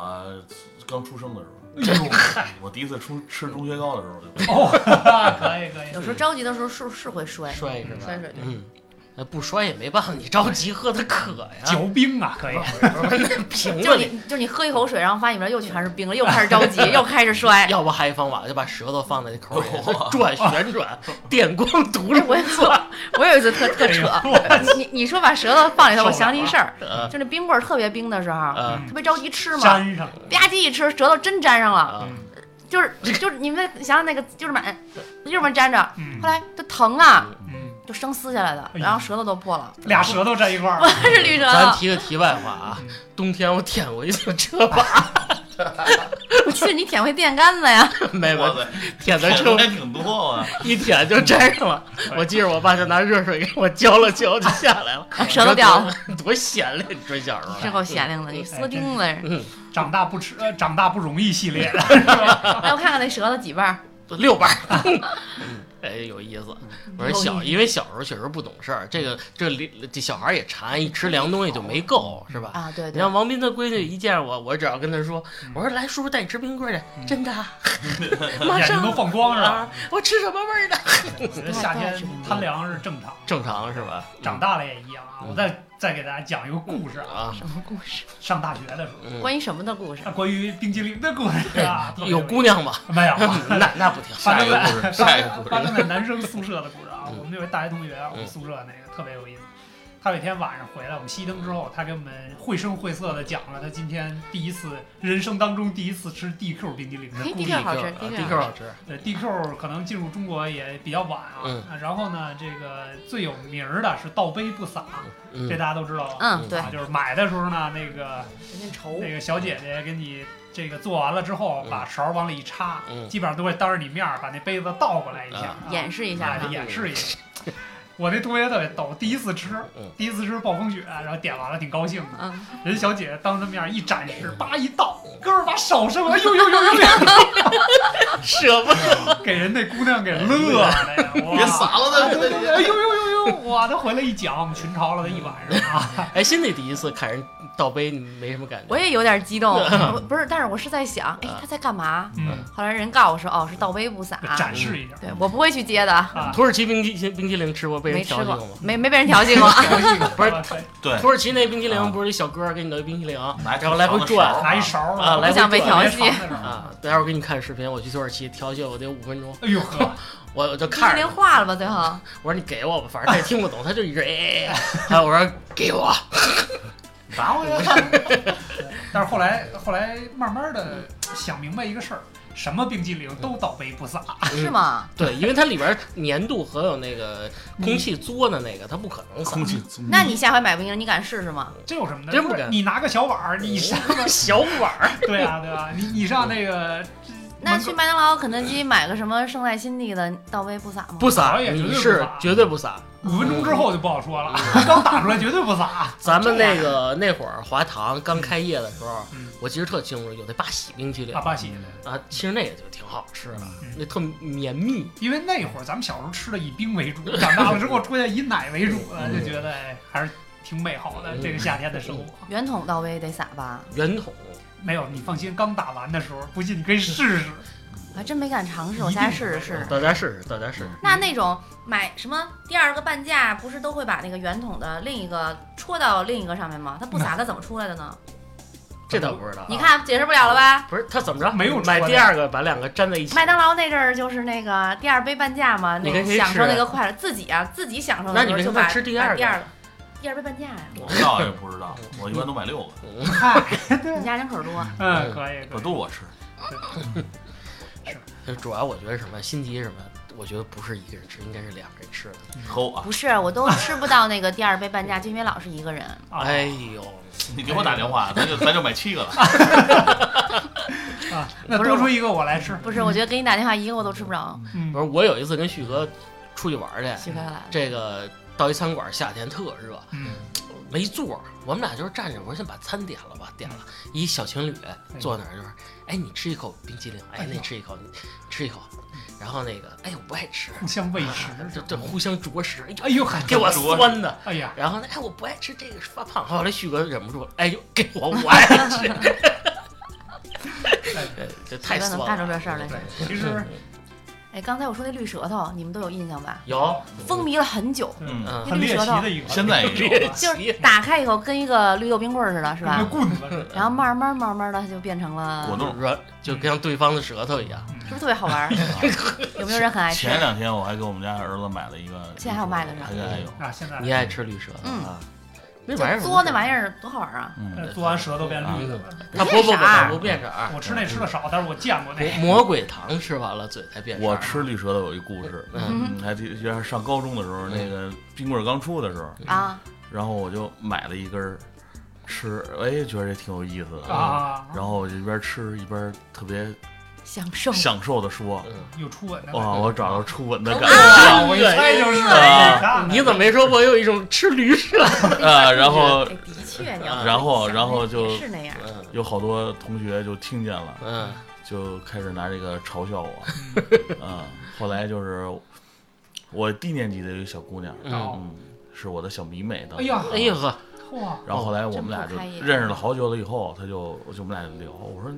Speaker 4: 刚出生的时候，
Speaker 2: 哎呦
Speaker 4: 我第一次出吃中学糕的时候，
Speaker 2: 哦，可以可以，
Speaker 1: 有时候着急的时候是是会摔，
Speaker 3: 摔是吧？
Speaker 1: 摔水
Speaker 3: 嗯，那不摔也没办法，你着急喝它渴 呀。
Speaker 2: 嚼冰啊，可以。
Speaker 3: 不是 那瓶
Speaker 1: 就
Speaker 3: 子
Speaker 1: 是
Speaker 3: 里，
Speaker 1: 你就是你喝一口水，然后发现里面又全是冰了，又开始着急，又开始摔。
Speaker 3: 要不还有一方法，就把舌头放在那口里转旋转，电光啊毒
Speaker 1: 哎我有
Speaker 3: 龙钻。
Speaker 1: 我有一次特特
Speaker 2: 哎
Speaker 1: 扯，
Speaker 3: 啊
Speaker 1: 你你说把舌头放里头，我想起一事儿，
Speaker 3: 呃
Speaker 1: 就那冰棍儿特别冰的时候，
Speaker 3: 呃，
Speaker 1: 特别着急吃嘛，
Speaker 2: 粘上了，
Speaker 1: 吧唧一吃，舌头真粘上了，
Speaker 3: 啊
Speaker 2: 嗯
Speaker 1: 就是就是你们想想那个就是满，就是这么粘着，
Speaker 2: 嗯
Speaker 1: 后来就疼啊，
Speaker 2: 嗯，
Speaker 1: 就生撕下来的，
Speaker 2: 哎
Speaker 1: 然后舌头都破了，
Speaker 2: 俩舌头粘一块儿
Speaker 1: 我，是绿舌
Speaker 3: 咱
Speaker 1: 头，
Speaker 3: 提个题外话啊，冬天我舔过一次车 把，
Speaker 1: 我去你舔回电杆子呀，
Speaker 3: 没
Speaker 4: 哇
Speaker 3: 没
Speaker 4: 塞，
Speaker 3: 舔在
Speaker 4: 舔
Speaker 3: 车
Speaker 4: 的还挺多 啊。
Speaker 3: 一舔就粘上了。我记着我爸就拿热水给我浇了浇，就下来了，
Speaker 1: 啊舌头掉了，
Speaker 3: 多多闲嘞！你说小时候
Speaker 1: 这够显灵的，你撕钉子似的。
Speaker 3: 啊嗯，
Speaker 2: 长大不吃，呃长大不容易系列的，
Speaker 1: 哎来，我看看那舌头几瓣儿，
Speaker 3: 六瓣儿， 哎，有意思。我说小，
Speaker 1: 有意
Speaker 3: 因为小时候确实不懂事儿，这个这里这小孩儿也馋，一吃凉东西就没够，是吧？
Speaker 1: 啊，对
Speaker 3: 你
Speaker 1: 对，
Speaker 3: 像王斌的闺女一见我，我只要跟她说
Speaker 2: 嗯，
Speaker 3: 我说来，叔叔带你吃冰棍儿去，
Speaker 2: 嗯
Speaker 3: 真的啊， 马
Speaker 2: 眼睛
Speaker 3: 上
Speaker 2: 都放光是吧？
Speaker 3: 啊，我吃什么味儿的？
Speaker 2: 我觉得夏天贪凉是正常，
Speaker 3: 正常是吧？
Speaker 2: 长大了也一样啊。
Speaker 3: 嗯
Speaker 2: 我再再给大家讲一个故事啊，
Speaker 3: 啊，
Speaker 1: 什么故事？
Speaker 2: 上大学的时候，
Speaker 3: 嗯
Speaker 1: 关于什么的故事？
Speaker 2: 那关于冰激凌的故事啊，特别
Speaker 3: 有
Speaker 2: 意思
Speaker 3: 姑娘吗？
Speaker 2: 没有？
Speaker 3: 嗯 那那 不听，
Speaker 4: 下一个故事，下一 个故
Speaker 2: 发
Speaker 4: 事，
Speaker 2: 生在男生宿舍的故事啊。
Speaker 3: 嗯
Speaker 2: 我们那位大学同学，我们宿舍那个特别有意思。他有一天晚上回来，我们熄灯之后，他给我们绘声绘色的讲了他今天第一次人生当中第一次吃 DQ 冰激凌的
Speaker 1: 嘿
Speaker 2: 故事。
Speaker 1: DQ 好吃 DQ
Speaker 3: 嗯地 Q 好吃，
Speaker 2: 呃，DQ 可能进入中国也比较晚啊。
Speaker 3: 嗯
Speaker 2: 啊然后呢，这个最有名儿的是倒杯不洒，这
Speaker 3: 嗯，
Speaker 2: 大家都知道吧？
Speaker 1: 嗯，对，
Speaker 2: 啊，就是买的时候呢，那个
Speaker 1: 人家愁，
Speaker 2: 那个小姐姐给你这个做完了之后，
Speaker 3: 嗯
Speaker 2: 把勺儿往里一插，
Speaker 3: 嗯
Speaker 2: 基本上都会当着你面儿把那杯子倒过来一下，
Speaker 3: 啊
Speaker 2: 啊
Speaker 1: 演示一下
Speaker 2: 哎
Speaker 1: 哈，
Speaker 2: 演示一下。我那同学特别逗，第一次吃
Speaker 3: 嗯，
Speaker 2: 第一次吃暴风雪，然后点完了挺高兴的。
Speaker 1: 嗯，
Speaker 2: 人小姐当着面一展示，叭一倒，哥们儿把手伸过来，呦呦呦呦呦，
Speaker 3: 舍不得，
Speaker 2: 给人那姑娘给乐的呀！哇
Speaker 4: 别撒了，
Speaker 2: 哎
Speaker 4: 那
Speaker 2: 呦
Speaker 4: 那那
Speaker 2: 呦呦呦呦！哇，他回来一讲，我们群嘲了他一晚上啊。
Speaker 3: 哎，新的第一次看人倒杯，你没什么感觉。
Speaker 1: 我也有点激 动，我不是，但是我是在想，哎，他在干嘛？
Speaker 2: 嗯，
Speaker 1: 后来人告我说，哦，是倒杯不洒，
Speaker 2: 展示一下
Speaker 1: 对我不会去接的，
Speaker 2: 啊。
Speaker 3: 土耳其冰激冰激凌吃过，被人
Speaker 1: 没吃
Speaker 3: 调戏
Speaker 1: 过
Speaker 3: 过吗？，
Speaker 1: 没没被人调戏 过，
Speaker 3: 不是
Speaker 2: 是
Speaker 4: 对
Speaker 3: 土，耳其那冰激
Speaker 4: 啊
Speaker 3: 凌不是一小哥儿给你弄冰激凌
Speaker 4: 拿
Speaker 3: 然后来回转
Speaker 2: 拿一勺儿
Speaker 3: 啊来
Speaker 1: 不
Speaker 3: 回
Speaker 1: 想被
Speaker 3: 转
Speaker 1: 调戏。
Speaker 3: 啊！待会儿我给你看视频，我去土耳其调戏我得五分钟，
Speaker 2: 哎呦呵，
Speaker 3: 我我就
Speaker 1: 冰激
Speaker 3: 看着
Speaker 1: 凌
Speaker 3: 他
Speaker 1: 化了吧？最后，
Speaker 3: 我说你给我吧，反正他也听不懂，他就一 直哎哎，哎哎还有我说给我，
Speaker 4: 打我呀！
Speaker 2: 但是后来后来慢慢的想明白一个事儿，什么冰激凌都倒杯不洒，
Speaker 3: 嗯
Speaker 1: 是吗？
Speaker 3: 对，因为它里边粘度和有那个空气作的那个，它不可能撒
Speaker 4: 空气，
Speaker 1: 那你下回买冰激凌，你敢试试
Speaker 3: 嗯
Speaker 1: 吗？
Speaker 2: 这有什么的？
Speaker 3: 真不
Speaker 2: 就是
Speaker 3: 敢
Speaker 2: 你拿个小碗儿，你 上
Speaker 3: 小碗儿，
Speaker 2: 对啊对吧？你你上那个
Speaker 1: 那去麦当劳、肯德基买个什么圣代新地的倒杯不洒吗？
Speaker 3: 不撒，
Speaker 2: 也绝对
Speaker 3: 你
Speaker 2: 不
Speaker 3: 是
Speaker 2: 撒
Speaker 3: 绝对不撒。
Speaker 2: 五分钟之后就不好说了，刚打出来绝对不啊洒。
Speaker 3: 咱们那个那会儿华堂刚开业的时候
Speaker 2: 嗯，
Speaker 3: 我记得特清楚，有那八喜冰淇淋
Speaker 2: 阿巴西，
Speaker 3: 啊，其实那个就挺好吃的
Speaker 2: 嗯，
Speaker 3: 那特绵密。
Speaker 2: 因为那会儿咱们小时候吃的以冰为主，长大了之后出现以奶为主的，就觉得哎还是挺美好的这个夏天的生活。
Speaker 1: 圆筒倒杯得洒吧？
Speaker 3: 圆筒，
Speaker 2: 没有，你放心，刚打完的时候，不信你可以试试。
Speaker 1: 我还真没敢尝试，我下来试试试试。
Speaker 3: 大家试试，大家试试。
Speaker 1: 那那种买什么第二个半价，不是都会把那个圆筒的另一个戳到另一个上面吗？它不洒，它怎么出来的呢？
Speaker 3: 这倒不知道。啊
Speaker 1: 你，看解释不了了吧？
Speaker 3: 不是他怎么着？
Speaker 2: 没有
Speaker 3: 买
Speaker 2: 穿
Speaker 3: 第二个，把两个粘在一起。
Speaker 1: 麦当劳那阵儿就是那个第二杯半价嘛，那
Speaker 3: 你跟谁
Speaker 1: 享受
Speaker 3: 吃啊
Speaker 1: 那个快乐，自己啊自己享受的
Speaker 3: 那你
Speaker 1: 时候
Speaker 3: 们
Speaker 1: 就
Speaker 3: 现在
Speaker 1: 把
Speaker 3: 吃第
Speaker 1: 把
Speaker 3: 二个
Speaker 1: 第二第二杯半价呀，
Speaker 4: 我倒也不知道，我一般都买六个，
Speaker 3: 嗯
Speaker 2: 嗨，
Speaker 1: 你家人口多，
Speaker 2: 嗯，可以，
Speaker 4: 不
Speaker 2: 可以
Speaker 4: 都。是我吃。
Speaker 3: 就呃主要我觉得什么，辛迪什么，我觉得不是一个人吃，应该是两个人吃的。
Speaker 4: 齁啊！
Speaker 1: 不是我都吃不到那个第二杯半价，就因为老是一个人。
Speaker 2: 啊
Speaker 3: 哎呦，
Speaker 4: 你给我打电话，咱就咱就买七个了。
Speaker 2: 啊，那多出一个我来吃。
Speaker 1: 不是，我觉得给你打电话一个我都吃不着，
Speaker 2: 嗯
Speaker 3: 不，是我有一次跟旭哥出去玩儿去，
Speaker 1: 奇怪了。
Speaker 3: 这个到一餐馆，夏天特热，
Speaker 2: 嗯，
Speaker 3: 没座儿，我们俩就是站着。我说先把餐点了吧，点了
Speaker 2: 嗯
Speaker 3: 一小情侣坐那儿，就是，哎，你吃一口冰激凌，
Speaker 2: 哎
Speaker 3: 哎，
Speaker 2: 呦嗯
Speaker 3: 那吃一口，你吃一口，然后那个，哎，我不爱吃，
Speaker 2: 互相喂食
Speaker 3: 啊，就就互相啄食，哎呦
Speaker 2: 哎呦还
Speaker 3: 给我
Speaker 4: 啄食
Speaker 3: 酸的。
Speaker 2: 哎呀，
Speaker 3: 然后呢，哎，我不爱吃这个，发胖。后来旭哥忍不住了，哎呦，给我，我爱吃，
Speaker 2: 哎
Speaker 3: 哎这太
Speaker 1: 怎
Speaker 3: 酸
Speaker 1: 么干
Speaker 3: 了。
Speaker 1: 出这事儿来？
Speaker 2: 对，其实
Speaker 1: 哎，刚才我说那绿舌头，你们都有印象吧？
Speaker 3: 有，
Speaker 1: 风靡了很久，
Speaker 2: 嗯，
Speaker 4: 嗯，
Speaker 3: 嗯，
Speaker 2: 很猎奇的一个，
Speaker 4: 现在也有
Speaker 2: 啊
Speaker 1: 就是打开以后跟一个绿豆冰棍儿似的，是
Speaker 2: 一
Speaker 1: 吧
Speaker 4: 嗯
Speaker 2: 个？棍子，
Speaker 1: 然后慢慢慢慢的，它就变成了，
Speaker 4: 果
Speaker 1: 是
Speaker 4: 冻。
Speaker 3: 软就跟对方的舌头一样。
Speaker 2: 嗯
Speaker 1: 不是特别好玩 儿？有没有人很爱吃？
Speaker 4: 前两天我还给我们家儿子买了一个，
Speaker 1: 嗯现在还有卖的呢
Speaker 4: 还在还有，
Speaker 2: 啊，现在
Speaker 3: 你爱吃绿舌头
Speaker 1: 嗯
Speaker 3: 啊？那玩意
Speaker 1: 就
Speaker 3: 儿
Speaker 1: 嘬那玩意儿多好玩儿啊！
Speaker 4: 嗯，
Speaker 2: 呃做完舌头变绿的了。
Speaker 3: 它不不
Speaker 1: 变色儿
Speaker 3: 不不变色儿，
Speaker 2: 我吃那吃的少，但是我见过那
Speaker 3: 魔魔鬼糖吃完了嘴才变色儿。
Speaker 4: 我吃绿舌头有一故事，
Speaker 1: 嗯
Speaker 4: 嗯，还记得上高中的时候，
Speaker 3: 嗯
Speaker 4: 那个冰棍儿刚出的时候，
Speaker 1: 啊，
Speaker 4: 然后我就买了一根儿吃，哎，觉得这挺有意思的。
Speaker 2: 啊，
Speaker 4: 然后我就一边吃一边特别
Speaker 1: 享受
Speaker 4: 享受的说
Speaker 3: 嗯，
Speaker 2: 有初吻的感
Speaker 4: 哇，
Speaker 2: 觉，
Speaker 4: 我找到初吻的感觉
Speaker 3: 啊，我一
Speaker 2: 哎，就是
Speaker 4: 啊
Speaker 3: 嗯你怎么没说我有一种吃驴舌？
Speaker 4: 啊，然后
Speaker 1: 哎，的确，你要
Speaker 4: 然后
Speaker 1: 想
Speaker 4: 然后就
Speaker 1: 也是那样，
Speaker 3: 嗯
Speaker 4: 有好多同学就听见了，
Speaker 3: 嗯，
Speaker 4: 就开始拿这个嘲笑我，嗯，后来就是我低年级的一个小姑娘，
Speaker 3: 嗯
Speaker 4: 嗯，是我的小迷妹的，
Speaker 2: 哎呀
Speaker 3: 哎呦哦呵，
Speaker 2: 哇，
Speaker 4: 然后后来我们俩
Speaker 1: 真
Speaker 4: 就
Speaker 1: 不开眼
Speaker 4: 认识了好久了以后，他就就我们俩就聊，我说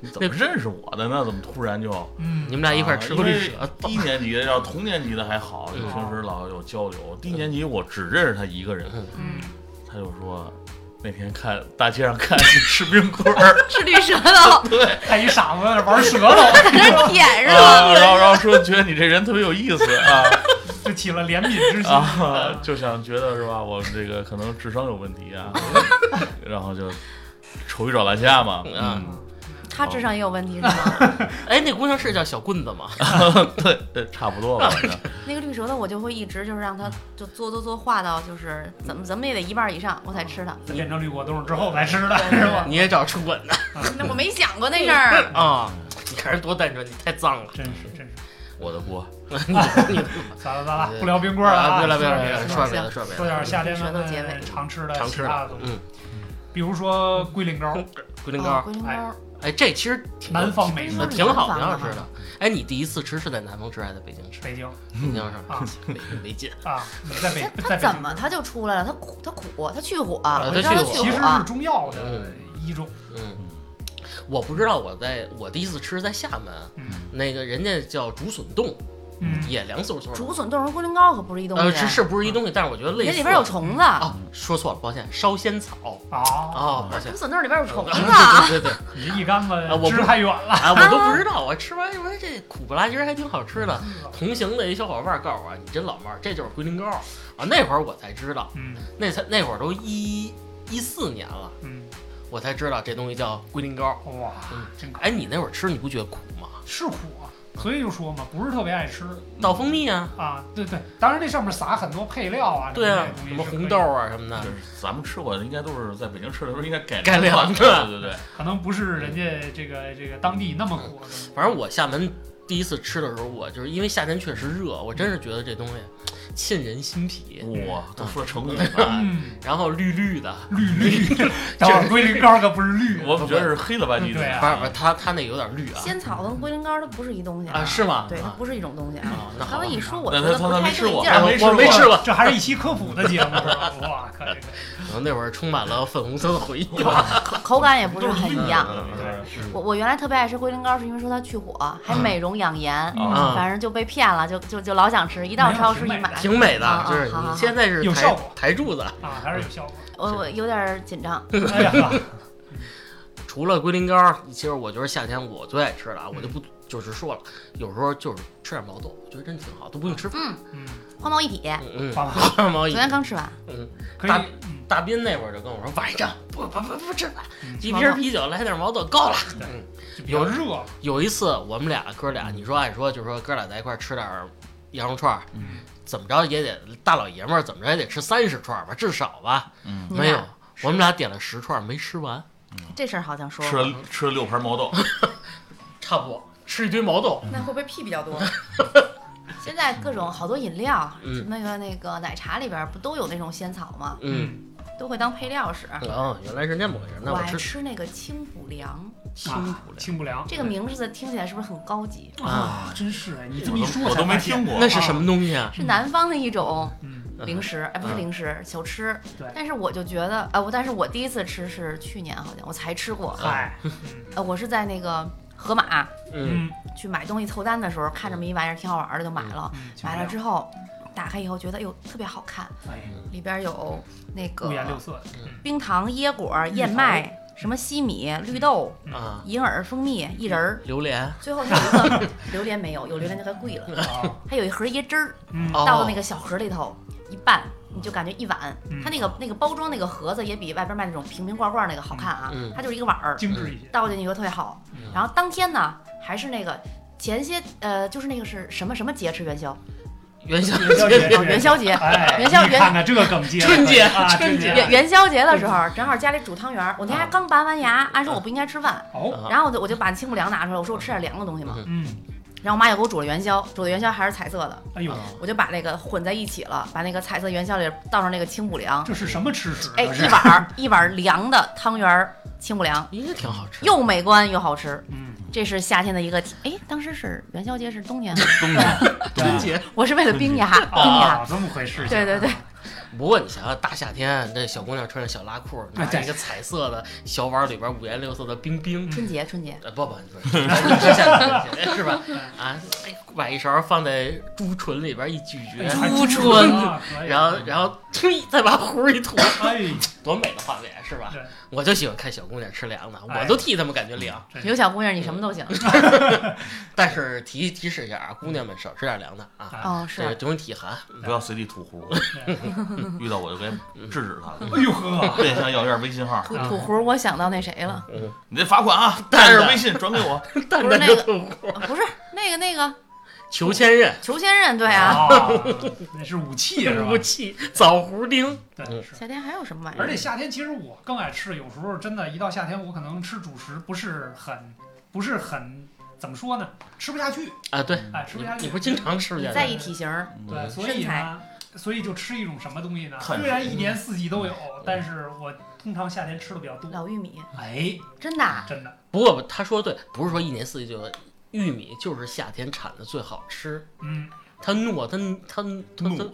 Speaker 4: 你怎么认识我的呢？怎么突然就
Speaker 2: 嗯
Speaker 3: 你，们俩一块儿吃过绿舌
Speaker 4: 啊因为低年级的要同年级的还好，就
Speaker 3: 嗯
Speaker 4: 平时老有交流。低年级我只认识他一个人，
Speaker 3: 嗯
Speaker 2: 嗯，
Speaker 4: 他就说那天看大街上看你吃冰 棍儿，啊
Speaker 1: 吃绿舌头，
Speaker 4: 对，
Speaker 2: 看一傻子在那玩舌头，
Speaker 1: 在那舔着
Speaker 4: 啊，
Speaker 1: 呢。
Speaker 4: 然后然后说觉得你这人特别有意思啊
Speaker 2: 就起了怜悯之心
Speaker 4: 啊，就想觉得是吧，我们这个可能智商有问题啊，然后就愁于找烂下嘛，
Speaker 3: 嗯
Speaker 4: 嗯，
Speaker 1: 他智商也有问题是吗？
Speaker 3: 哎，那姑娘是叫小棍子吗？
Speaker 4: 对，对差不
Speaker 3: 啊
Speaker 4: 多吧，反正
Speaker 1: 那个绿舌头我就会一直就是让它就嘬嘬嘬化到就是怎么怎么也得一半以上我才吃它。
Speaker 2: 在变成绿果冻之后才吃的，
Speaker 1: 对
Speaker 2: 是吧？
Speaker 3: 你也找初吻的
Speaker 1: 那我没想过那事 儿，
Speaker 3: 啊？你看人多单纯，你太脏了。
Speaker 2: 真是真是，
Speaker 4: 我的锅。
Speaker 2: 咱了咱了，不聊冰棍儿了
Speaker 3: 啊
Speaker 2: 啊，
Speaker 3: 别了别
Speaker 2: 说
Speaker 3: 了
Speaker 2: 点
Speaker 3: 别
Speaker 2: 别的
Speaker 3: 了，说点别的，说点别
Speaker 2: 说
Speaker 3: 的。
Speaker 2: 点夏天咱
Speaker 1: 舌头结
Speaker 2: 们
Speaker 1: 尾
Speaker 2: 常吃的
Speaker 3: 常
Speaker 2: 其
Speaker 3: 吃
Speaker 2: 他的
Speaker 3: 的
Speaker 2: 东，西，
Speaker 3: 嗯，
Speaker 2: 比如说龟苓 膏，
Speaker 3: 龟苓膏，
Speaker 1: 龟苓膏
Speaker 2: 哎
Speaker 3: 哎，这其实挺
Speaker 2: 南方美食
Speaker 3: 呃，挺好，
Speaker 1: 嗯南
Speaker 3: 挺
Speaker 1: 方
Speaker 3: 好
Speaker 1: 的
Speaker 3: 吃的。哎，你第一次吃是在南方吃还是在北京吃？
Speaker 2: 北京
Speaker 3: 北京吃
Speaker 2: 啊
Speaker 3: 没没劲。
Speaker 2: 啊，你在北
Speaker 1: 它它
Speaker 2: 在北
Speaker 1: 怎
Speaker 2: 京
Speaker 1: 么它就出来了？它苦，它苦，它去火，
Speaker 3: 啊
Speaker 1: 我
Speaker 3: 它
Speaker 1: 知道它
Speaker 3: 去火
Speaker 2: 其
Speaker 1: 去
Speaker 2: 实
Speaker 1: 火
Speaker 2: 是。中药的一种，
Speaker 3: 嗯，我不知道我在我第一次吃在厦门，
Speaker 2: 嗯
Speaker 3: 那个人家叫竹笋冻，
Speaker 2: 嗯，
Speaker 3: 也凉飕飕的。
Speaker 1: 竹笋冻成龟苓膏可不是一东
Speaker 3: 呃，
Speaker 1: 西，
Speaker 3: 是是不是一东西？但是我觉得类
Speaker 1: 人
Speaker 3: 似。
Speaker 1: 里边有虫子，
Speaker 3: 啊，说错了，抱歉，烧仙草
Speaker 1: 哦
Speaker 2: 啊，
Speaker 3: 啊，抱歉嗯
Speaker 1: 竹。笋冻里边有 虫子。
Speaker 3: 对对对，
Speaker 2: 你这一竿子
Speaker 3: 我不
Speaker 2: 支太远了。
Speaker 3: 啊，我都不知道，我吃完我说这苦不拉几儿还挺好吃的。同行的一小伙伴告诉我，你真老妹儿，这就是龟苓膏啊。那会儿我才知道，
Speaker 2: 嗯
Speaker 3: 那才那会儿都一一四年了，
Speaker 2: 嗯，
Speaker 3: 我才知道这东西叫龟苓膏。
Speaker 2: 哇
Speaker 3: 嗯，
Speaker 2: 真可
Speaker 3: 哎，你那会儿吃你不觉得苦吗？
Speaker 2: 是苦啊，所以就说嘛，不是特别爱吃
Speaker 3: 倒蜂蜜啊，
Speaker 2: 啊。对对，当然这上面撒很多配料啊，
Speaker 3: 对啊，
Speaker 2: 什
Speaker 3: 什
Speaker 2: 么
Speaker 3: 么
Speaker 2: 这些东西
Speaker 3: 红
Speaker 2: 是可以
Speaker 3: 豆，啊什么的
Speaker 4: 就，是咱们吃过的，应该都是在北京吃的时候应该改
Speaker 3: 改良
Speaker 4: 良
Speaker 3: 的
Speaker 4: 的，对对对，
Speaker 2: 可能不是人家这个这个当地那么苦的东西。
Speaker 3: 反正我厦门第一次吃的时候，我就是因为夏天确实热，我真是觉得这东西沁人心脾。
Speaker 4: 哇，都说成语了，
Speaker 2: 嗯，
Speaker 3: 然后绿绿的，
Speaker 2: 绿绿，等会儿龟苓膏可不是绿的，
Speaker 4: 我怎么觉得是黑了吧唧的？
Speaker 2: 对啊
Speaker 3: 嗯反正它它那有点绿啊
Speaker 1: 仙草跟龟苓膏它不是一东西
Speaker 3: 啊，是吗？
Speaker 1: 对，它
Speaker 3: 啊
Speaker 1: 不是一种东西啊。
Speaker 3: 啊那
Speaker 1: 刚
Speaker 3: 好
Speaker 1: 才
Speaker 3: 吧，
Speaker 1: 一说，我觉
Speaker 4: 那
Speaker 1: 得
Speaker 4: 他
Speaker 1: 不
Speaker 4: 他他
Speaker 1: 太
Speaker 4: 没吃
Speaker 1: 对
Speaker 4: 过，
Speaker 1: 劲
Speaker 4: 他
Speaker 1: 儿。
Speaker 4: 没
Speaker 3: 我没吃过
Speaker 2: 这还是一期科普的节目，是吧？哇靠，这个
Speaker 3: 然后那会儿充满了粉红色的回忆。
Speaker 1: 口感也不是很一样。
Speaker 4: 嗯嗯嗯
Speaker 1: 我我原来特别爱吃龟苓膏，是因为说它去火，还美容养颜，
Speaker 4: 嗯
Speaker 3: 啊
Speaker 1: 反正就被骗了，就就就老想吃，一到超市一
Speaker 2: 没有挺美
Speaker 1: 买
Speaker 2: 的，
Speaker 3: 挺美的
Speaker 1: 啊，
Speaker 3: 就是
Speaker 1: 好好好
Speaker 3: 你现在是
Speaker 2: 有
Speaker 3: 台
Speaker 2: 效果
Speaker 3: 台柱子。
Speaker 2: 啊还是有效果。
Speaker 1: 我我有点紧张。
Speaker 2: 哎呀，
Speaker 3: 除了龟苓膏，其实我觉得夏天我最爱吃的啊，我就不就是说了，有时候就是吃点毛豆，我觉得真挺好，都不用吃饭。
Speaker 1: 嗯，
Speaker 2: 嗯，
Speaker 1: 花猫一体，
Speaker 3: 嗯
Speaker 2: 好吧
Speaker 3: 嗯，花毛一
Speaker 1: 昨天刚吃完，
Speaker 3: 嗯，
Speaker 2: 可以
Speaker 3: 大，
Speaker 2: 嗯
Speaker 3: 大斌那会儿就跟我说，晚上不不不不吃饭，
Speaker 2: 嗯
Speaker 3: 一瓶啤酒来点毛豆够了。
Speaker 2: 对
Speaker 3: 嗯，
Speaker 2: 就比较热，
Speaker 3: 有一次我们俩哥俩，你说按说就是说哥俩在一块儿吃点儿羊肉串儿，
Speaker 4: 嗯
Speaker 3: 怎么着也得大老爷们儿怎么着也得吃三十串儿吧，至少吧。
Speaker 4: 嗯，
Speaker 1: 你
Speaker 3: 没有
Speaker 1: 俩，
Speaker 3: 我们俩点了十串儿没吃完，
Speaker 1: 这事儿好像说
Speaker 4: 吃了吃了六盘毛
Speaker 3: 嗯
Speaker 4: 豆，
Speaker 3: 差不多吃一堆毛豆。
Speaker 1: 那会不会屁比较多？现在各种好多饮料，
Speaker 3: 嗯
Speaker 1: 什么那个那个奶茶里边不都有那种仙草吗？
Speaker 3: 嗯，
Speaker 1: 都会当配料使。
Speaker 3: 哦，原来是那么回事儿。那
Speaker 1: 我
Speaker 3: 我
Speaker 1: 爱
Speaker 3: 吃
Speaker 1: 吃那个清补凉，
Speaker 3: 清补凉，
Speaker 2: 清不凉
Speaker 1: 这个名字听起来是不是很高级？
Speaker 2: 嗯
Speaker 3: 啊，
Speaker 2: 真是哎，你
Speaker 4: 我
Speaker 2: 这么一说
Speaker 4: 都我
Speaker 2: 才
Speaker 4: 都没
Speaker 2: 发现
Speaker 4: 听。过。
Speaker 3: 那是什么东西啊？
Speaker 1: 是南方的一种
Speaker 2: 嗯，
Speaker 1: 零食，哎，不是零食，小吃
Speaker 2: 对。
Speaker 1: 但是我就觉得，呃，我但是我第一次吃是去年，好像我才吃过。
Speaker 2: 嗨，
Speaker 1: 呃，我是在那个盒马
Speaker 3: 嗯，
Speaker 2: 嗯，
Speaker 1: 去买东西凑单的时候，看这么一玩意儿挺好玩儿的，就买了。
Speaker 2: 嗯
Speaker 1: 买了，之后，打开以后觉得，哎呦，特别好看，
Speaker 2: 清不凉
Speaker 1: 里边有那
Speaker 2: 哎，五颜六
Speaker 1: 个
Speaker 2: 色的，
Speaker 1: 冰糖、椰果、燕麦、什么西米、绿豆、
Speaker 3: 啊，
Speaker 1: 银耳、蜂蜜、薏仁儿。
Speaker 3: 榴莲
Speaker 1: 最后它有一 个榴莲没有，有榴莲就该贵了。
Speaker 2: 哦
Speaker 1: 还有一盒椰汁儿，
Speaker 2: 嗯，
Speaker 3: 哦
Speaker 1: 倒到那个小盒里头一拌，你就感觉一碗
Speaker 2: 嗯。
Speaker 1: 它那个那个包装那个盒子也比外边卖那种瓶瓶罐罐那个好看啊
Speaker 3: 嗯嗯，
Speaker 1: 它就是嗯一个碗儿，
Speaker 2: 精致一些。
Speaker 1: 倒进去以后特别好。然后当天呢，还是那个前些呃，就是那个是什么什么节吃元宵？
Speaker 3: 元宵
Speaker 2: 元宵节
Speaker 1: 哦， 元宵节。
Speaker 2: 哎，
Speaker 1: 元宵
Speaker 2: 你看看这个梗 接的，
Speaker 3: 春节
Speaker 2: 啊，
Speaker 3: 春
Speaker 2: 春
Speaker 3: 节
Speaker 1: 元元宵节的时候，正好家里煮汤圆儿，我那天还刚拔完牙，按说我不应该吃饭，
Speaker 2: 哦，
Speaker 1: 然后我就我就把清补凉拿出来，我说我吃点凉的东西嘛
Speaker 3: 嗯。
Speaker 2: 嗯，
Speaker 1: 然后我妈又给我煮了元宵，煮的元宵还是彩色的，
Speaker 2: 哎呦，
Speaker 3: 啊
Speaker 1: 我就把那个混在一起了，把那个彩色元宵里倒上那个清补凉，
Speaker 2: 这是什么吃食？啊
Speaker 1: 哎，
Speaker 2: 这
Speaker 1: 一
Speaker 2: 是，
Speaker 1: 碗儿一碗儿凉的汤圆儿，清补凉，
Speaker 3: 应该挺好吃的。
Speaker 1: 又美观又好吃。
Speaker 2: 嗯，
Speaker 1: 这是夏天的一个体，哎，当时是元宵节是冬天，
Speaker 4: 东西？
Speaker 3: 春节，
Speaker 1: 我是为了冰牙， 冰牙。
Speaker 2: 啊，这么回事。啊
Speaker 1: 对对对，
Speaker 3: 不过你想想，大夏天这小姑娘穿着小拉裤，
Speaker 1: 啊
Speaker 3: 拿
Speaker 2: 对
Speaker 3: 一个彩色的小碗，里边五颜六色的冰冰。
Speaker 1: 春节春节，
Speaker 3: 呃，不不不是，是夏天 是吧？啊，哎买一勺放在猪唇里边一咀嚼，
Speaker 1: 哎
Speaker 2: 猪
Speaker 1: 春
Speaker 2: 啊
Speaker 3: 然后然后呸，再把糊儿一吐，
Speaker 2: 哎，
Speaker 3: 多美的画面是吧
Speaker 2: 对？
Speaker 3: 我就喜欢看小姑娘吃凉的，
Speaker 2: 哎
Speaker 3: 我都替她们感觉凉。
Speaker 1: 有小姑娘你什么都行。
Speaker 3: 但是提提示一下啊，姑娘们少吃点凉的啊，
Speaker 2: 哎
Speaker 1: 哦，
Speaker 3: 这个
Speaker 1: 是
Speaker 3: 容易体寒。
Speaker 4: 不要随地吐壶，遇到我就该制止他。
Speaker 2: 哎呦呵，
Speaker 4: 对，想要一下微信号，
Speaker 1: 土土胡，我想到那谁了，
Speaker 3: 嗯，
Speaker 4: 你这罚款啊！带着微信转给我。
Speaker 3: 蛋
Speaker 1: 不是那
Speaker 3: 蛋就
Speaker 1: 个
Speaker 3: 吐糊。
Speaker 1: 啊不是那个那个
Speaker 3: 裘千仞，
Speaker 1: 裘千仞，对啊。
Speaker 2: 啊，那是武器是吧
Speaker 3: 武？器枣核钉，
Speaker 2: 对，是。
Speaker 1: 夏天还有什么玩意
Speaker 2: 而
Speaker 1: 儿
Speaker 2: 且？夏天其实我更爱吃，有时候真的，一到夏天我可能吃主食不是很，不是很怎么说呢，吃不下去，
Speaker 3: 啊，对，
Speaker 2: 哎，吃不
Speaker 3: 你
Speaker 2: 下去。
Speaker 3: 你不是经常吃
Speaker 1: 你
Speaker 3: 去？
Speaker 1: 在意体型儿，
Speaker 2: 对，
Speaker 4: 嗯
Speaker 2: 所以呢，所以就吃一种什么东西呢？
Speaker 4: 碳水
Speaker 2: 虽然一年四季都有，
Speaker 3: 嗯
Speaker 2: 但是我通常夏天吃的比较多。
Speaker 1: 老玉米，
Speaker 2: 哎，
Speaker 1: 真的
Speaker 3: 嗯
Speaker 1: 啊
Speaker 2: 真的，
Speaker 3: 不过他说对，不是说一年四季就有玉米，就是夏天产的最好吃。
Speaker 2: 嗯，
Speaker 3: 它糯，它它它它
Speaker 4: 糯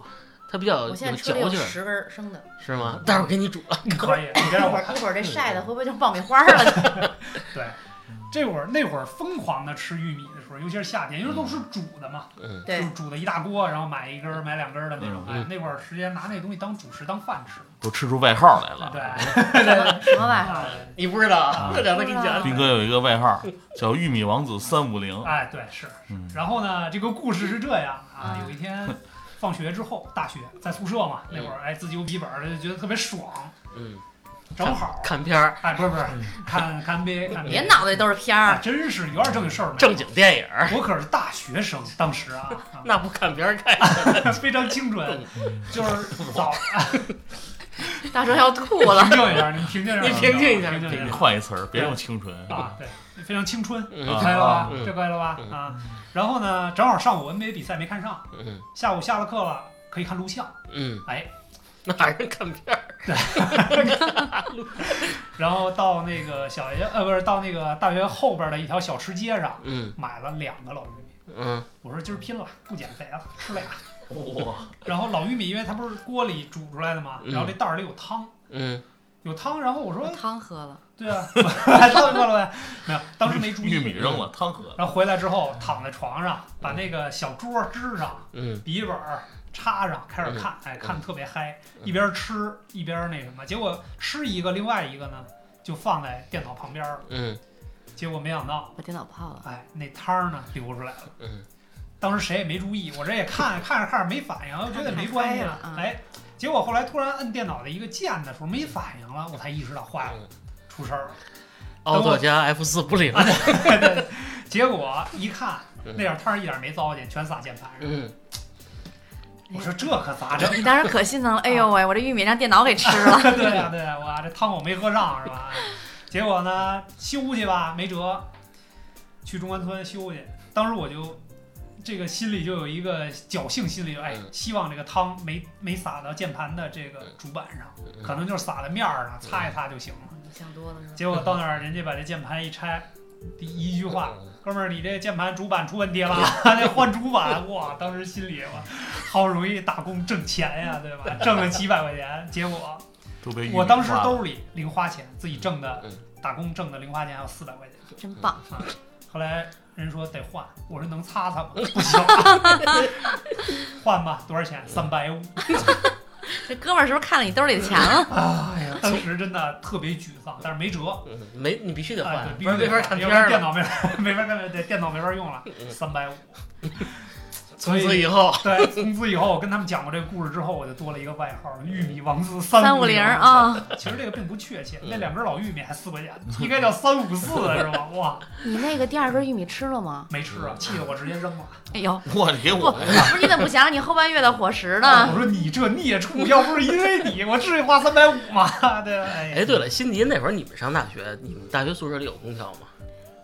Speaker 3: 它比较
Speaker 1: 我
Speaker 3: 呃有
Speaker 1: 现在吃了
Speaker 3: 嚼
Speaker 1: 有
Speaker 3: 劲儿，
Speaker 1: 十根儿生的，
Speaker 3: 是吗？待会儿给你煮了。
Speaker 2: 可以。你别
Speaker 1: 一会
Speaker 2: 让我
Speaker 1: 儿一会儿这晒的会嗯不会成爆米花儿了？
Speaker 2: 这会儿那会儿疯狂的吃玉米的时候，尤其是夏天，因为都是煮的嘛，
Speaker 3: 嗯，
Speaker 2: 就
Speaker 1: 对
Speaker 2: 是，煮的一大锅，然后买一根儿、买两根儿的那种。
Speaker 3: 嗯
Speaker 2: 哎，那会儿时间拿那东西当主食当饭吃。
Speaker 4: 都吃出外号
Speaker 3: 啊
Speaker 4: 来
Speaker 2: 对
Speaker 4: 了。，
Speaker 1: 什么什么玩意儿？
Speaker 2: 啊
Speaker 3: 你不知道啊？
Speaker 4: 啊
Speaker 3: 这两个给你讲。
Speaker 4: 斌哥有一个外号叫“玉米王子三五零
Speaker 2: 哎，对，是。”，
Speaker 4: 嗯，
Speaker 2: 然后呢，这个故事是这样啊
Speaker 1: 啊，
Speaker 2: 有一天放学之后，大学在宿舍嘛，那会
Speaker 1: 嗯
Speaker 2: 儿哎自己有笔记本儿，就觉得特别爽，
Speaker 3: 嗯，
Speaker 2: 正好
Speaker 3: 看嗯片儿，
Speaker 2: 哎，不是不是，看看 NBA，看 NBA
Speaker 1: 别脑袋都是片
Speaker 2: 啊，
Speaker 1: 儿，
Speaker 2: 真是有点正经事儿没有
Speaker 3: 正经电影儿，
Speaker 2: 我可是大学生，当时 啊，啊
Speaker 3: 那不看片儿 看。
Speaker 2: 非常清纯，
Speaker 3: 嗯
Speaker 2: 就是早。
Speaker 1: 大声要吐了
Speaker 2: 平。静一下，你们平静一下，
Speaker 3: 你平静一下
Speaker 2: 平静
Speaker 4: 你
Speaker 2: 一下
Speaker 4: 换一词儿，别用清纯
Speaker 2: 啊！对，非常青春，
Speaker 3: 嗯
Speaker 4: 啊
Speaker 2: 快乐吧？
Speaker 3: 嗯
Speaker 2: 这快乐吧？
Speaker 3: 嗯
Speaker 2: 啊！然后呢，正好上午 NBA 比赛没看上，
Speaker 3: 嗯
Speaker 2: 下午下了课了，可以看录像。
Speaker 3: 嗯，
Speaker 2: 哎，
Speaker 3: 那还是看片儿。
Speaker 2: 然后到那个小学，呃，不是到那个大学后边的一条小吃街上，
Speaker 3: 嗯
Speaker 2: 买了两个老玉米。
Speaker 3: 嗯
Speaker 2: 我说今儿拼了，不减肥了，吃俩。
Speaker 4: 哇，
Speaker 2: 然后老玉米，因为它不是锅里煮出来的嘛，
Speaker 3: 嗯
Speaker 2: 然后这袋儿里有汤，
Speaker 3: 嗯，
Speaker 2: 有汤。然后
Speaker 1: 我
Speaker 2: 我说，
Speaker 1: 汤喝了，
Speaker 2: 对啊，还到过了呗，没有，当时没注意。
Speaker 4: 玉米扔了，汤喝了。
Speaker 2: 然后回来之后躺在床上，把那个小桌支上，
Speaker 3: 嗯
Speaker 2: 笔记本儿插上，开始看，哎，看得特别嗨，
Speaker 3: 嗯
Speaker 2: 一边吃一边那什么。结果吃一个，另外一个呢就放在电脑旁边儿了。
Speaker 3: 嗯
Speaker 2: 结果没想到，
Speaker 1: 把电脑泡了。
Speaker 2: 哎，那汤儿呢流出来了。
Speaker 3: 嗯
Speaker 2: 当时谁也没注意，我这也看看着看着没反应，我觉得也没关系
Speaker 1: 太嗨了啊
Speaker 2: 哎，结果后来突然摁电脑的一个键的时候没反应了，我才意识到坏了，
Speaker 3: 嗯，
Speaker 2: 出事儿了。
Speaker 3: 奥拓加 F 四不
Speaker 2: 啊
Speaker 3: 灵。
Speaker 2: 结果一看，
Speaker 3: 嗯
Speaker 2: 那点汤儿一点没糟践，全洒键盘上。
Speaker 3: 嗯，
Speaker 2: 我说这可咋整？
Speaker 1: 你当时可心疼了，哎呦喂，我这玉米让电脑给吃了。
Speaker 2: 对啊呀、对呀、我这汤我没喝上是吧？结果呢，修去吧，没辙，去中关村修去。当时我就这个心里就有一个侥幸心理，哎
Speaker 3: 嗯，
Speaker 2: 希望这个汤没没洒到键盘的这个主板上，
Speaker 3: 嗯
Speaker 2: 可能就是洒在面儿上，擦一擦就行了。
Speaker 1: 想嗯多了是吧？
Speaker 2: 结果到那儿，人家把这键盘一拆，第一句
Speaker 3: 嗯
Speaker 2: 话，哥们儿，你这键盘主板出问题了，还得换主板。哇，当时心里哇，好容易打工挣钱呀，对吧？挣了几百块钱，结果
Speaker 4: 都被玉米
Speaker 2: 我当时
Speaker 4: 花了
Speaker 2: 兜里零花钱，自己挣的
Speaker 3: 嗯，
Speaker 2: 打工挣的零花钱还有四百块钱。
Speaker 1: 真棒！
Speaker 2: 后来人说得换，我说能擦擦吗？不行，换吧，多少钱？三百五。
Speaker 1: 这哥们儿是不是看了你兜里的钱 了？
Speaker 2: 哎呀，当时真的特别沮丧，但是没辙，
Speaker 3: 嗯没你必须得
Speaker 2: 哎
Speaker 3: 换，，
Speaker 2: 对
Speaker 3: 不然
Speaker 2: 必须
Speaker 3: 没
Speaker 2: 得
Speaker 3: 法看
Speaker 2: 要
Speaker 3: 片
Speaker 2: 不然
Speaker 3: 儿
Speaker 2: 电
Speaker 3: 了。
Speaker 2: 脑没法 没法看，对，电脑没法用了，三 百五。
Speaker 3: 从此以后，
Speaker 2: 对，从此以后我跟他们讲过这个故事之后，我就多了一个外号“玉米王子三
Speaker 1: 三
Speaker 2: 五
Speaker 1: 五零！啊，
Speaker 2: 其实这个并不确切，
Speaker 3: 嗯
Speaker 2: 那两根老玉米还四块钱，应该叫三五四是吧？哇，
Speaker 1: 你那个第二根玉米吃了吗？
Speaker 2: 没吃
Speaker 3: 嗯
Speaker 2: 啊，气得我直接扔了。
Speaker 1: 哎呦，
Speaker 4: 我给
Speaker 1: 不，
Speaker 4: 我
Speaker 1: 不是你怎么不想想你后半月的伙食
Speaker 2: 我
Speaker 1: 呢？
Speaker 2: 说你这孽畜，要不是因为你，我至于花三百五吗？ 对，哎呀
Speaker 3: 哎，对了，辛迪那会儿你们上大学，你们大学宿舍里有空调吗？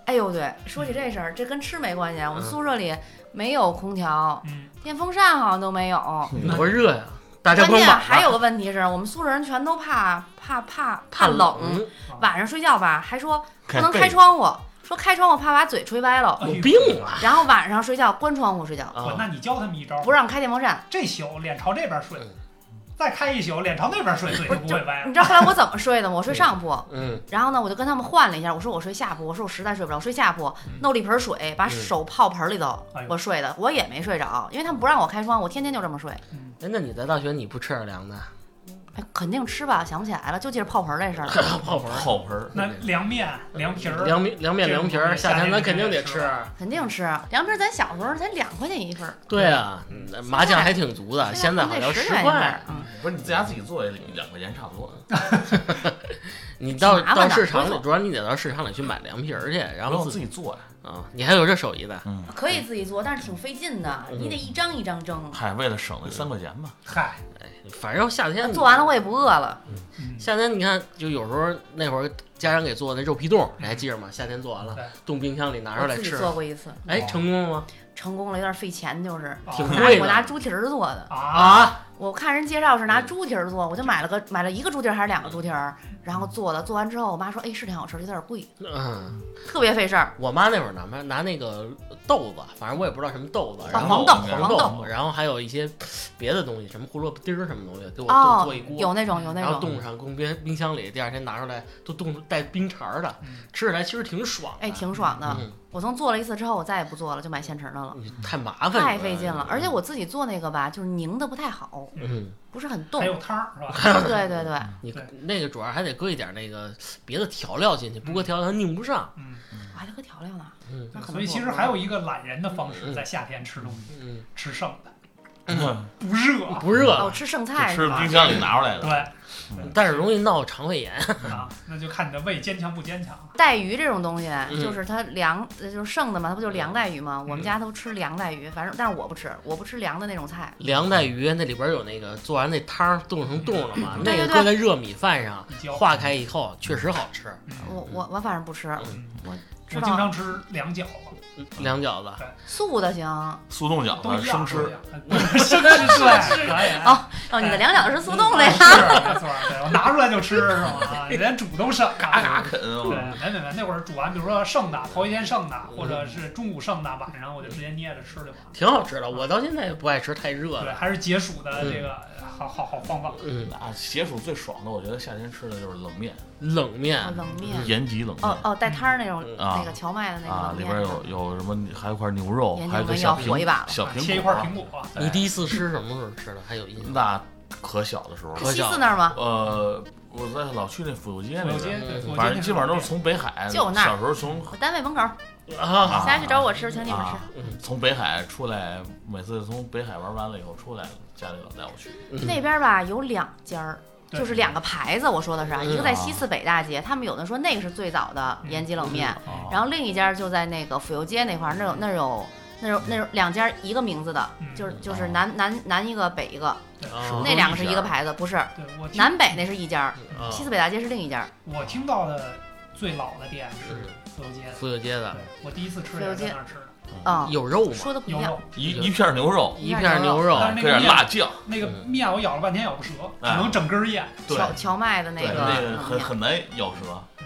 Speaker 1: 哎呦，对，说起这事儿，这跟吃没关系啊。我们宿舍里没有空调，
Speaker 2: 嗯，
Speaker 1: 电风扇好像都没有。
Speaker 4: 那
Speaker 3: 多热呀！大家啊
Speaker 1: 关
Speaker 3: 光
Speaker 1: 键
Speaker 3: 晚
Speaker 1: 还有个问题是我们宿舍人全都怕怕怕
Speaker 3: 怕
Speaker 1: 怕
Speaker 3: 嗯
Speaker 1: 冷，，晚上睡觉吧还说不
Speaker 4: 看
Speaker 1: 能
Speaker 4: 被
Speaker 1: 开窗户，说开窗户怕把嘴吹歪了，
Speaker 2: 哎
Speaker 3: 有
Speaker 2: 呦
Speaker 3: 病啊！
Speaker 1: 然后晚上睡觉关窗户睡觉，
Speaker 2: 我
Speaker 3: 啊，
Speaker 2: 那你教他们一招，
Speaker 1: 不让开电风扇。
Speaker 2: 这宿脸朝这边睡
Speaker 3: 嗯，
Speaker 2: 再开一宿脸朝那边睡，嘴就不会歪了
Speaker 1: 你。知道后来我怎么睡的吗？我睡上铺，
Speaker 3: 嗯，
Speaker 1: 然后呢，我就跟他们换了一下，我说我睡下铺，我说我实在睡不着，我睡下铺，
Speaker 3: 嗯
Speaker 1: 弄了一盆水，把手泡盆里头
Speaker 2: 哎，呦
Speaker 1: 我睡的，我也没睡着，因为他们不让我开窗，我天天就这么睡。
Speaker 2: 嗯
Speaker 3: 哎，那你在大学你不吃 点凉的？
Speaker 1: 哎，肯定吃吧，想不起来了，就记着泡盆这事儿。
Speaker 3: 泡盆儿、
Speaker 4: 泡盆儿，
Speaker 2: 那凉面、凉皮儿，
Speaker 3: 嗯凉面、凉面、
Speaker 2: 这种
Speaker 3: 凉皮
Speaker 2: 东
Speaker 3: 儿，
Speaker 2: 西
Speaker 3: 夏
Speaker 2: 夏
Speaker 3: 天
Speaker 2: 天
Speaker 3: 咱
Speaker 2: 就
Speaker 3: 肯定
Speaker 2: 得
Speaker 3: 得
Speaker 2: 吃
Speaker 3: 吃。啊
Speaker 1: 肯定吃凉皮儿，咱小时候才两块钱一份儿，
Speaker 3: 对啊，嗯麻酱还挺足的，啊现在好像
Speaker 1: 十
Speaker 3: 十
Speaker 1: 块钱一份儿
Speaker 3: 块。。
Speaker 1: 嗯，
Speaker 4: 不是你在家自己做也两块钱差不多，
Speaker 3: 你到
Speaker 1: 挺麻
Speaker 3: 到
Speaker 1: 烦的
Speaker 3: 市场
Speaker 1: 不
Speaker 3: 里，
Speaker 1: 错
Speaker 3: 主要你得到市场里去买凉皮儿去，然
Speaker 4: 然后
Speaker 3: 后
Speaker 4: 自
Speaker 3: 自己
Speaker 4: 己做呀。
Speaker 3: 啊，你还有这手艺呢。
Speaker 4: 嗯，
Speaker 1: 可以自己做，但是挺费劲的，
Speaker 3: 嗯
Speaker 1: 你得一张一张蒸。
Speaker 4: 嗨，为了省那三块钱嘛，
Speaker 2: 嗨，
Speaker 3: 哎反正夏天
Speaker 1: 做完了
Speaker 3: 我
Speaker 1: 我也不饿了，
Speaker 2: 嗯
Speaker 3: 夏天你看，就有时候那会儿家长给做那肉皮冻，你还记着吗？夏天做完了
Speaker 2: 对，
Speaker 3: 冻冰箱里拿出
Speaker 1: 我
Speaker 3: 来
Speaker 1: 自己
Speaker 3: 吃。
Speaker 1: 做过一次，
Speaker 3: 哎，成功了吗？
Speaker 1: 成功了，有点费钱，就是
Speaker 3: 挺
Speaker 2: 啊
Speaker 1: 拿
Speaker 3: 贵的
Speaker 1: 我拿猪蹄儿做的。
Speaker 2: 啊，
Speaker 3: 啊，
Speaker 1: 我看人介绍是拿猪蹄儿做，我就买了个买了一个猪蹄儿还是两个猪蹄儿，然后做的。做完之后，我妈说：“哎，是挺好吃，有点贵，
Speaker 3: 嗯，
Speaker 1: 特别费事儿。
Speaker 3: 我妈那会儿拿拿那个豆子，反正我也不知道什么豆子，然
Speaker 1: 啊黄
Speaker 3: 后
Speaker 1: 豆，
Speaker 4: 然
Speaker 1: 黄
Speaker 4: 后
Speaker 1: 豆
Speaker 3: 豆，然后还有一些别的东西，什么胡萝卜丁儿什么东西，给我
Speaker 1: 哦
Speaker 3: 做做一锅，
Speaker 1: 有那种有那
Speaker 3: 然后
Speaker 1: 种。
Speaker 3: 冻上，供冰冰箱里，第二天拿出来都冻出带冰碴儿的
Speaker 2: 嗯，
Speaker 3: 吃起来其实挺爽的。
Speaker 1: 哎，挺爽的。
Speaker 3: 嗯，
Speaker 1: 我从做了一次之后，我再也不做了，就买现成的了，
Speaker 3: 你嗯太麻烦，
Speaker 1: 太费劲了。而且，我自己做那个吧，就是凝的不太好，
Speaker 3: 嗯，
Speaker 1: 不是很冻
Speaker 2: 还。有汤儿是吧？
Speaker 1: 对对对，
Speaker 3: 你
Speaker 2: 对
Speaker 3: 那个主要还得搁一点那个别的调料进去，不搁调料它拧不上。
Speaker 2: 嗯，
Speaker 1: 我还得搁调料呢。
Speaker 3: 嗯
Speaker 1: 那可能
Speaker 2: 所以其实还有一个懒人的方式，在夏天吃东西，
Speaker 3: 嗯，
Speaker 2: 吃剩的，
Speaker 4: 嗯
Speaker 2: 不热。
Speaker 3: 不
Speaker 1: 哦，
Speaker 3: 热，
Speaker 1: 吃剩菜
Speaker 4: 吃
Speaker 1: 是吧
Speaker 4: 冰？箱里拿出来的。嗯
Speaker 2: 对
Speaker 3: 但是容易闹肠胃炎。
Speaker 2: 啊，那就看你的胃坚强不坚强了。
Speaker 1: 带鱼这种东西，
Speaker 4: 嗯
Speaker 1: 就是它凉，呃就是剩的嘛，它不就凉带鱼吗？我们家都吃凉带鱼，反正但是我不吃，我不吃凉的那种菜。
Speaker 3: 凉带鱼那里边有那个做完那汤儿冻成冻了嘛，
Speaker 1: 嗯对
Speaker 3: 那个
Speaker 1: 对对
Speaker 3: 搁在热米饭上
Speaker 2: 一浇
Speaker 3: 化开以后确实好吃。
Speaker 1: 我我我反正不吃，我
Speaker 2: 我
Speaker 1: 知
Speaker 2: 经
Speaker 1: 道
Speaker 2: 常吃凉饺子，
Speaker 1: 嗯
Speaker 3: 凉饺子，
Speaker 1: 素的行。
Speaker 4: 速冻饺
Speaker 2: 都
Speaker 4: 子
Speaker 2: 一样
Speaker 4: 生吃，，
Speaker 2: 都一样生吃对，可以。
Speaker 1: 哦哦，你的凉饺子是速冻的呀？
Speaker 2: 是没错，对我拿出来就吃是吗？啊连煮都剩，
Speaker 4: 嘎嘎啃。
Speaker 2: 嗯
Speaker 4: 啊
Speaker 2: 对，没没没，那会儿煮完，比如说剩的，头一天剩的，或者是中午剩的，晚上我就直接捏着吃就完了。
Speaker 3: 挺好吃的。我到现在也不爱吃，太热
Speaker 2: 对，
Speaker 3: 了。
Speaker 2: 还是解暑的这个好好好方法。
Speaker 3: 嗯，
Speaker 4: 啊，解暑最爽的，我觉得夏天吃的就是冷面，
Speaker 3: 冷面
Speaker 1: 哦，冷
Speaker 2: 嗯
Speaker 1: 面，
Speaker 4: 延吉冷
Speaker 1: 哦
Speaker 4: 面
Speaker 1: 哦，带汤儿那种，
Speaker 4: 嗯啊
Speaker 1: 那个荞麦的那个
Speaker 4: 啊，
Speaker 1: 冷
Speaker 4: 里
Speaker 1: 面嗯
Speaker 4: 边有有什么，还有一块牛肉，
Speaker 1: 延吉
Speaker 4: 还有
Speaker 1: 冷
Speaker 4: 一个
Speaker 1: 面
Speaker 4: 小
Speaker 1: 要火一
Speaker 4: 苹
Speaker 1: 把了
Speaker 4: 小苹果，
Speaker 2: 切一块苹果，
Speaker 4: 哎
Speaker 3: 你第一次吃什么时候吃的？还有印象？
Speaker 4: 那可小的时候了，
Speaker 1: 西四那儿吗？
Speaker 4: 呃，我在老去那府右街
Speaker 2: 左
Speaker 4: 那
Speaker 2: 右街，
Speaker 4: 边，
Speaker 2: 对，左右街
Speaker 4: 反正基本上都是从北海，
Speaker 1: 就那儿哦
Speaker 4: 小时候从
Speaker 1: 我单位门口，
Speaker 3: 啊，
Speaker 1: 下去找我吃，请你们吃
Speaker 4: 啊。
Speaker 2: 嗯
Speaker 4: 从北海出来，每次从北海玩完了以后出来，家里老带我去。
Speaker 3: 嗯
Speaker 1: 那边吧有两家儿，
Speaker 2: 对
Speaker 1: 就是两个牌子，我说的是啊，
Speaker 3: 嗯
Speaker 1: 一个在西四北大街，他们有的说那个是最早的延吉冷面，
Speaker 2: 哦
Speaker 4: 啊
Speaker 1: 然后另一家就在那个府右街那块儿，那有那儿有。那儿有那儿有两家一个名字的，
Speaker 2: 嗯
Speaker 1: 就是就是南南南一个北一个，
Speaker 4: 哦
Speaker 3: 啊
Speaker 1: 那
Speaker 2: 啊
Speaker 1: 两个是一个牌子，不是
Speaker 2: 对我听
Speaker 1: 南北那是一家儿，
Speaker 3: 啊
Speaker 1: 西四北大街是另一家儿。
Speaker 2: 我听到的最老的店是自由街的，
Speaker 3: 妇幼街的
Speaker 2: 对我第一次吃也是在那儿吃的，
Speaker 1: 啊，
Speaker 3: 有肉吗？
Speaker 1: 说的不一
Speaker 2: 有
Speaker 1: 样。
Speaker 2: 肉，
Speaker 4: 一一片牛肉，
Speaker 3: 一片牛肉，
Speaker 2: 但是那个
Speaker 4: 搁点
Speaker 2: 面
Speaker 4: 辣酱，
Speaker 2: 那个
Speaker 3: 嗯
Speaker 2: 面我咬了半天咬不折，只
Speaker 4: 哎
Speaker 2: 能整根儿咽。
Speaker 4: 对
Speaker 1: 荞荞麦的那个
Speaker 4: 对，那
Speaker 1: 嗯
Speaker 4: 个很很难咬舌，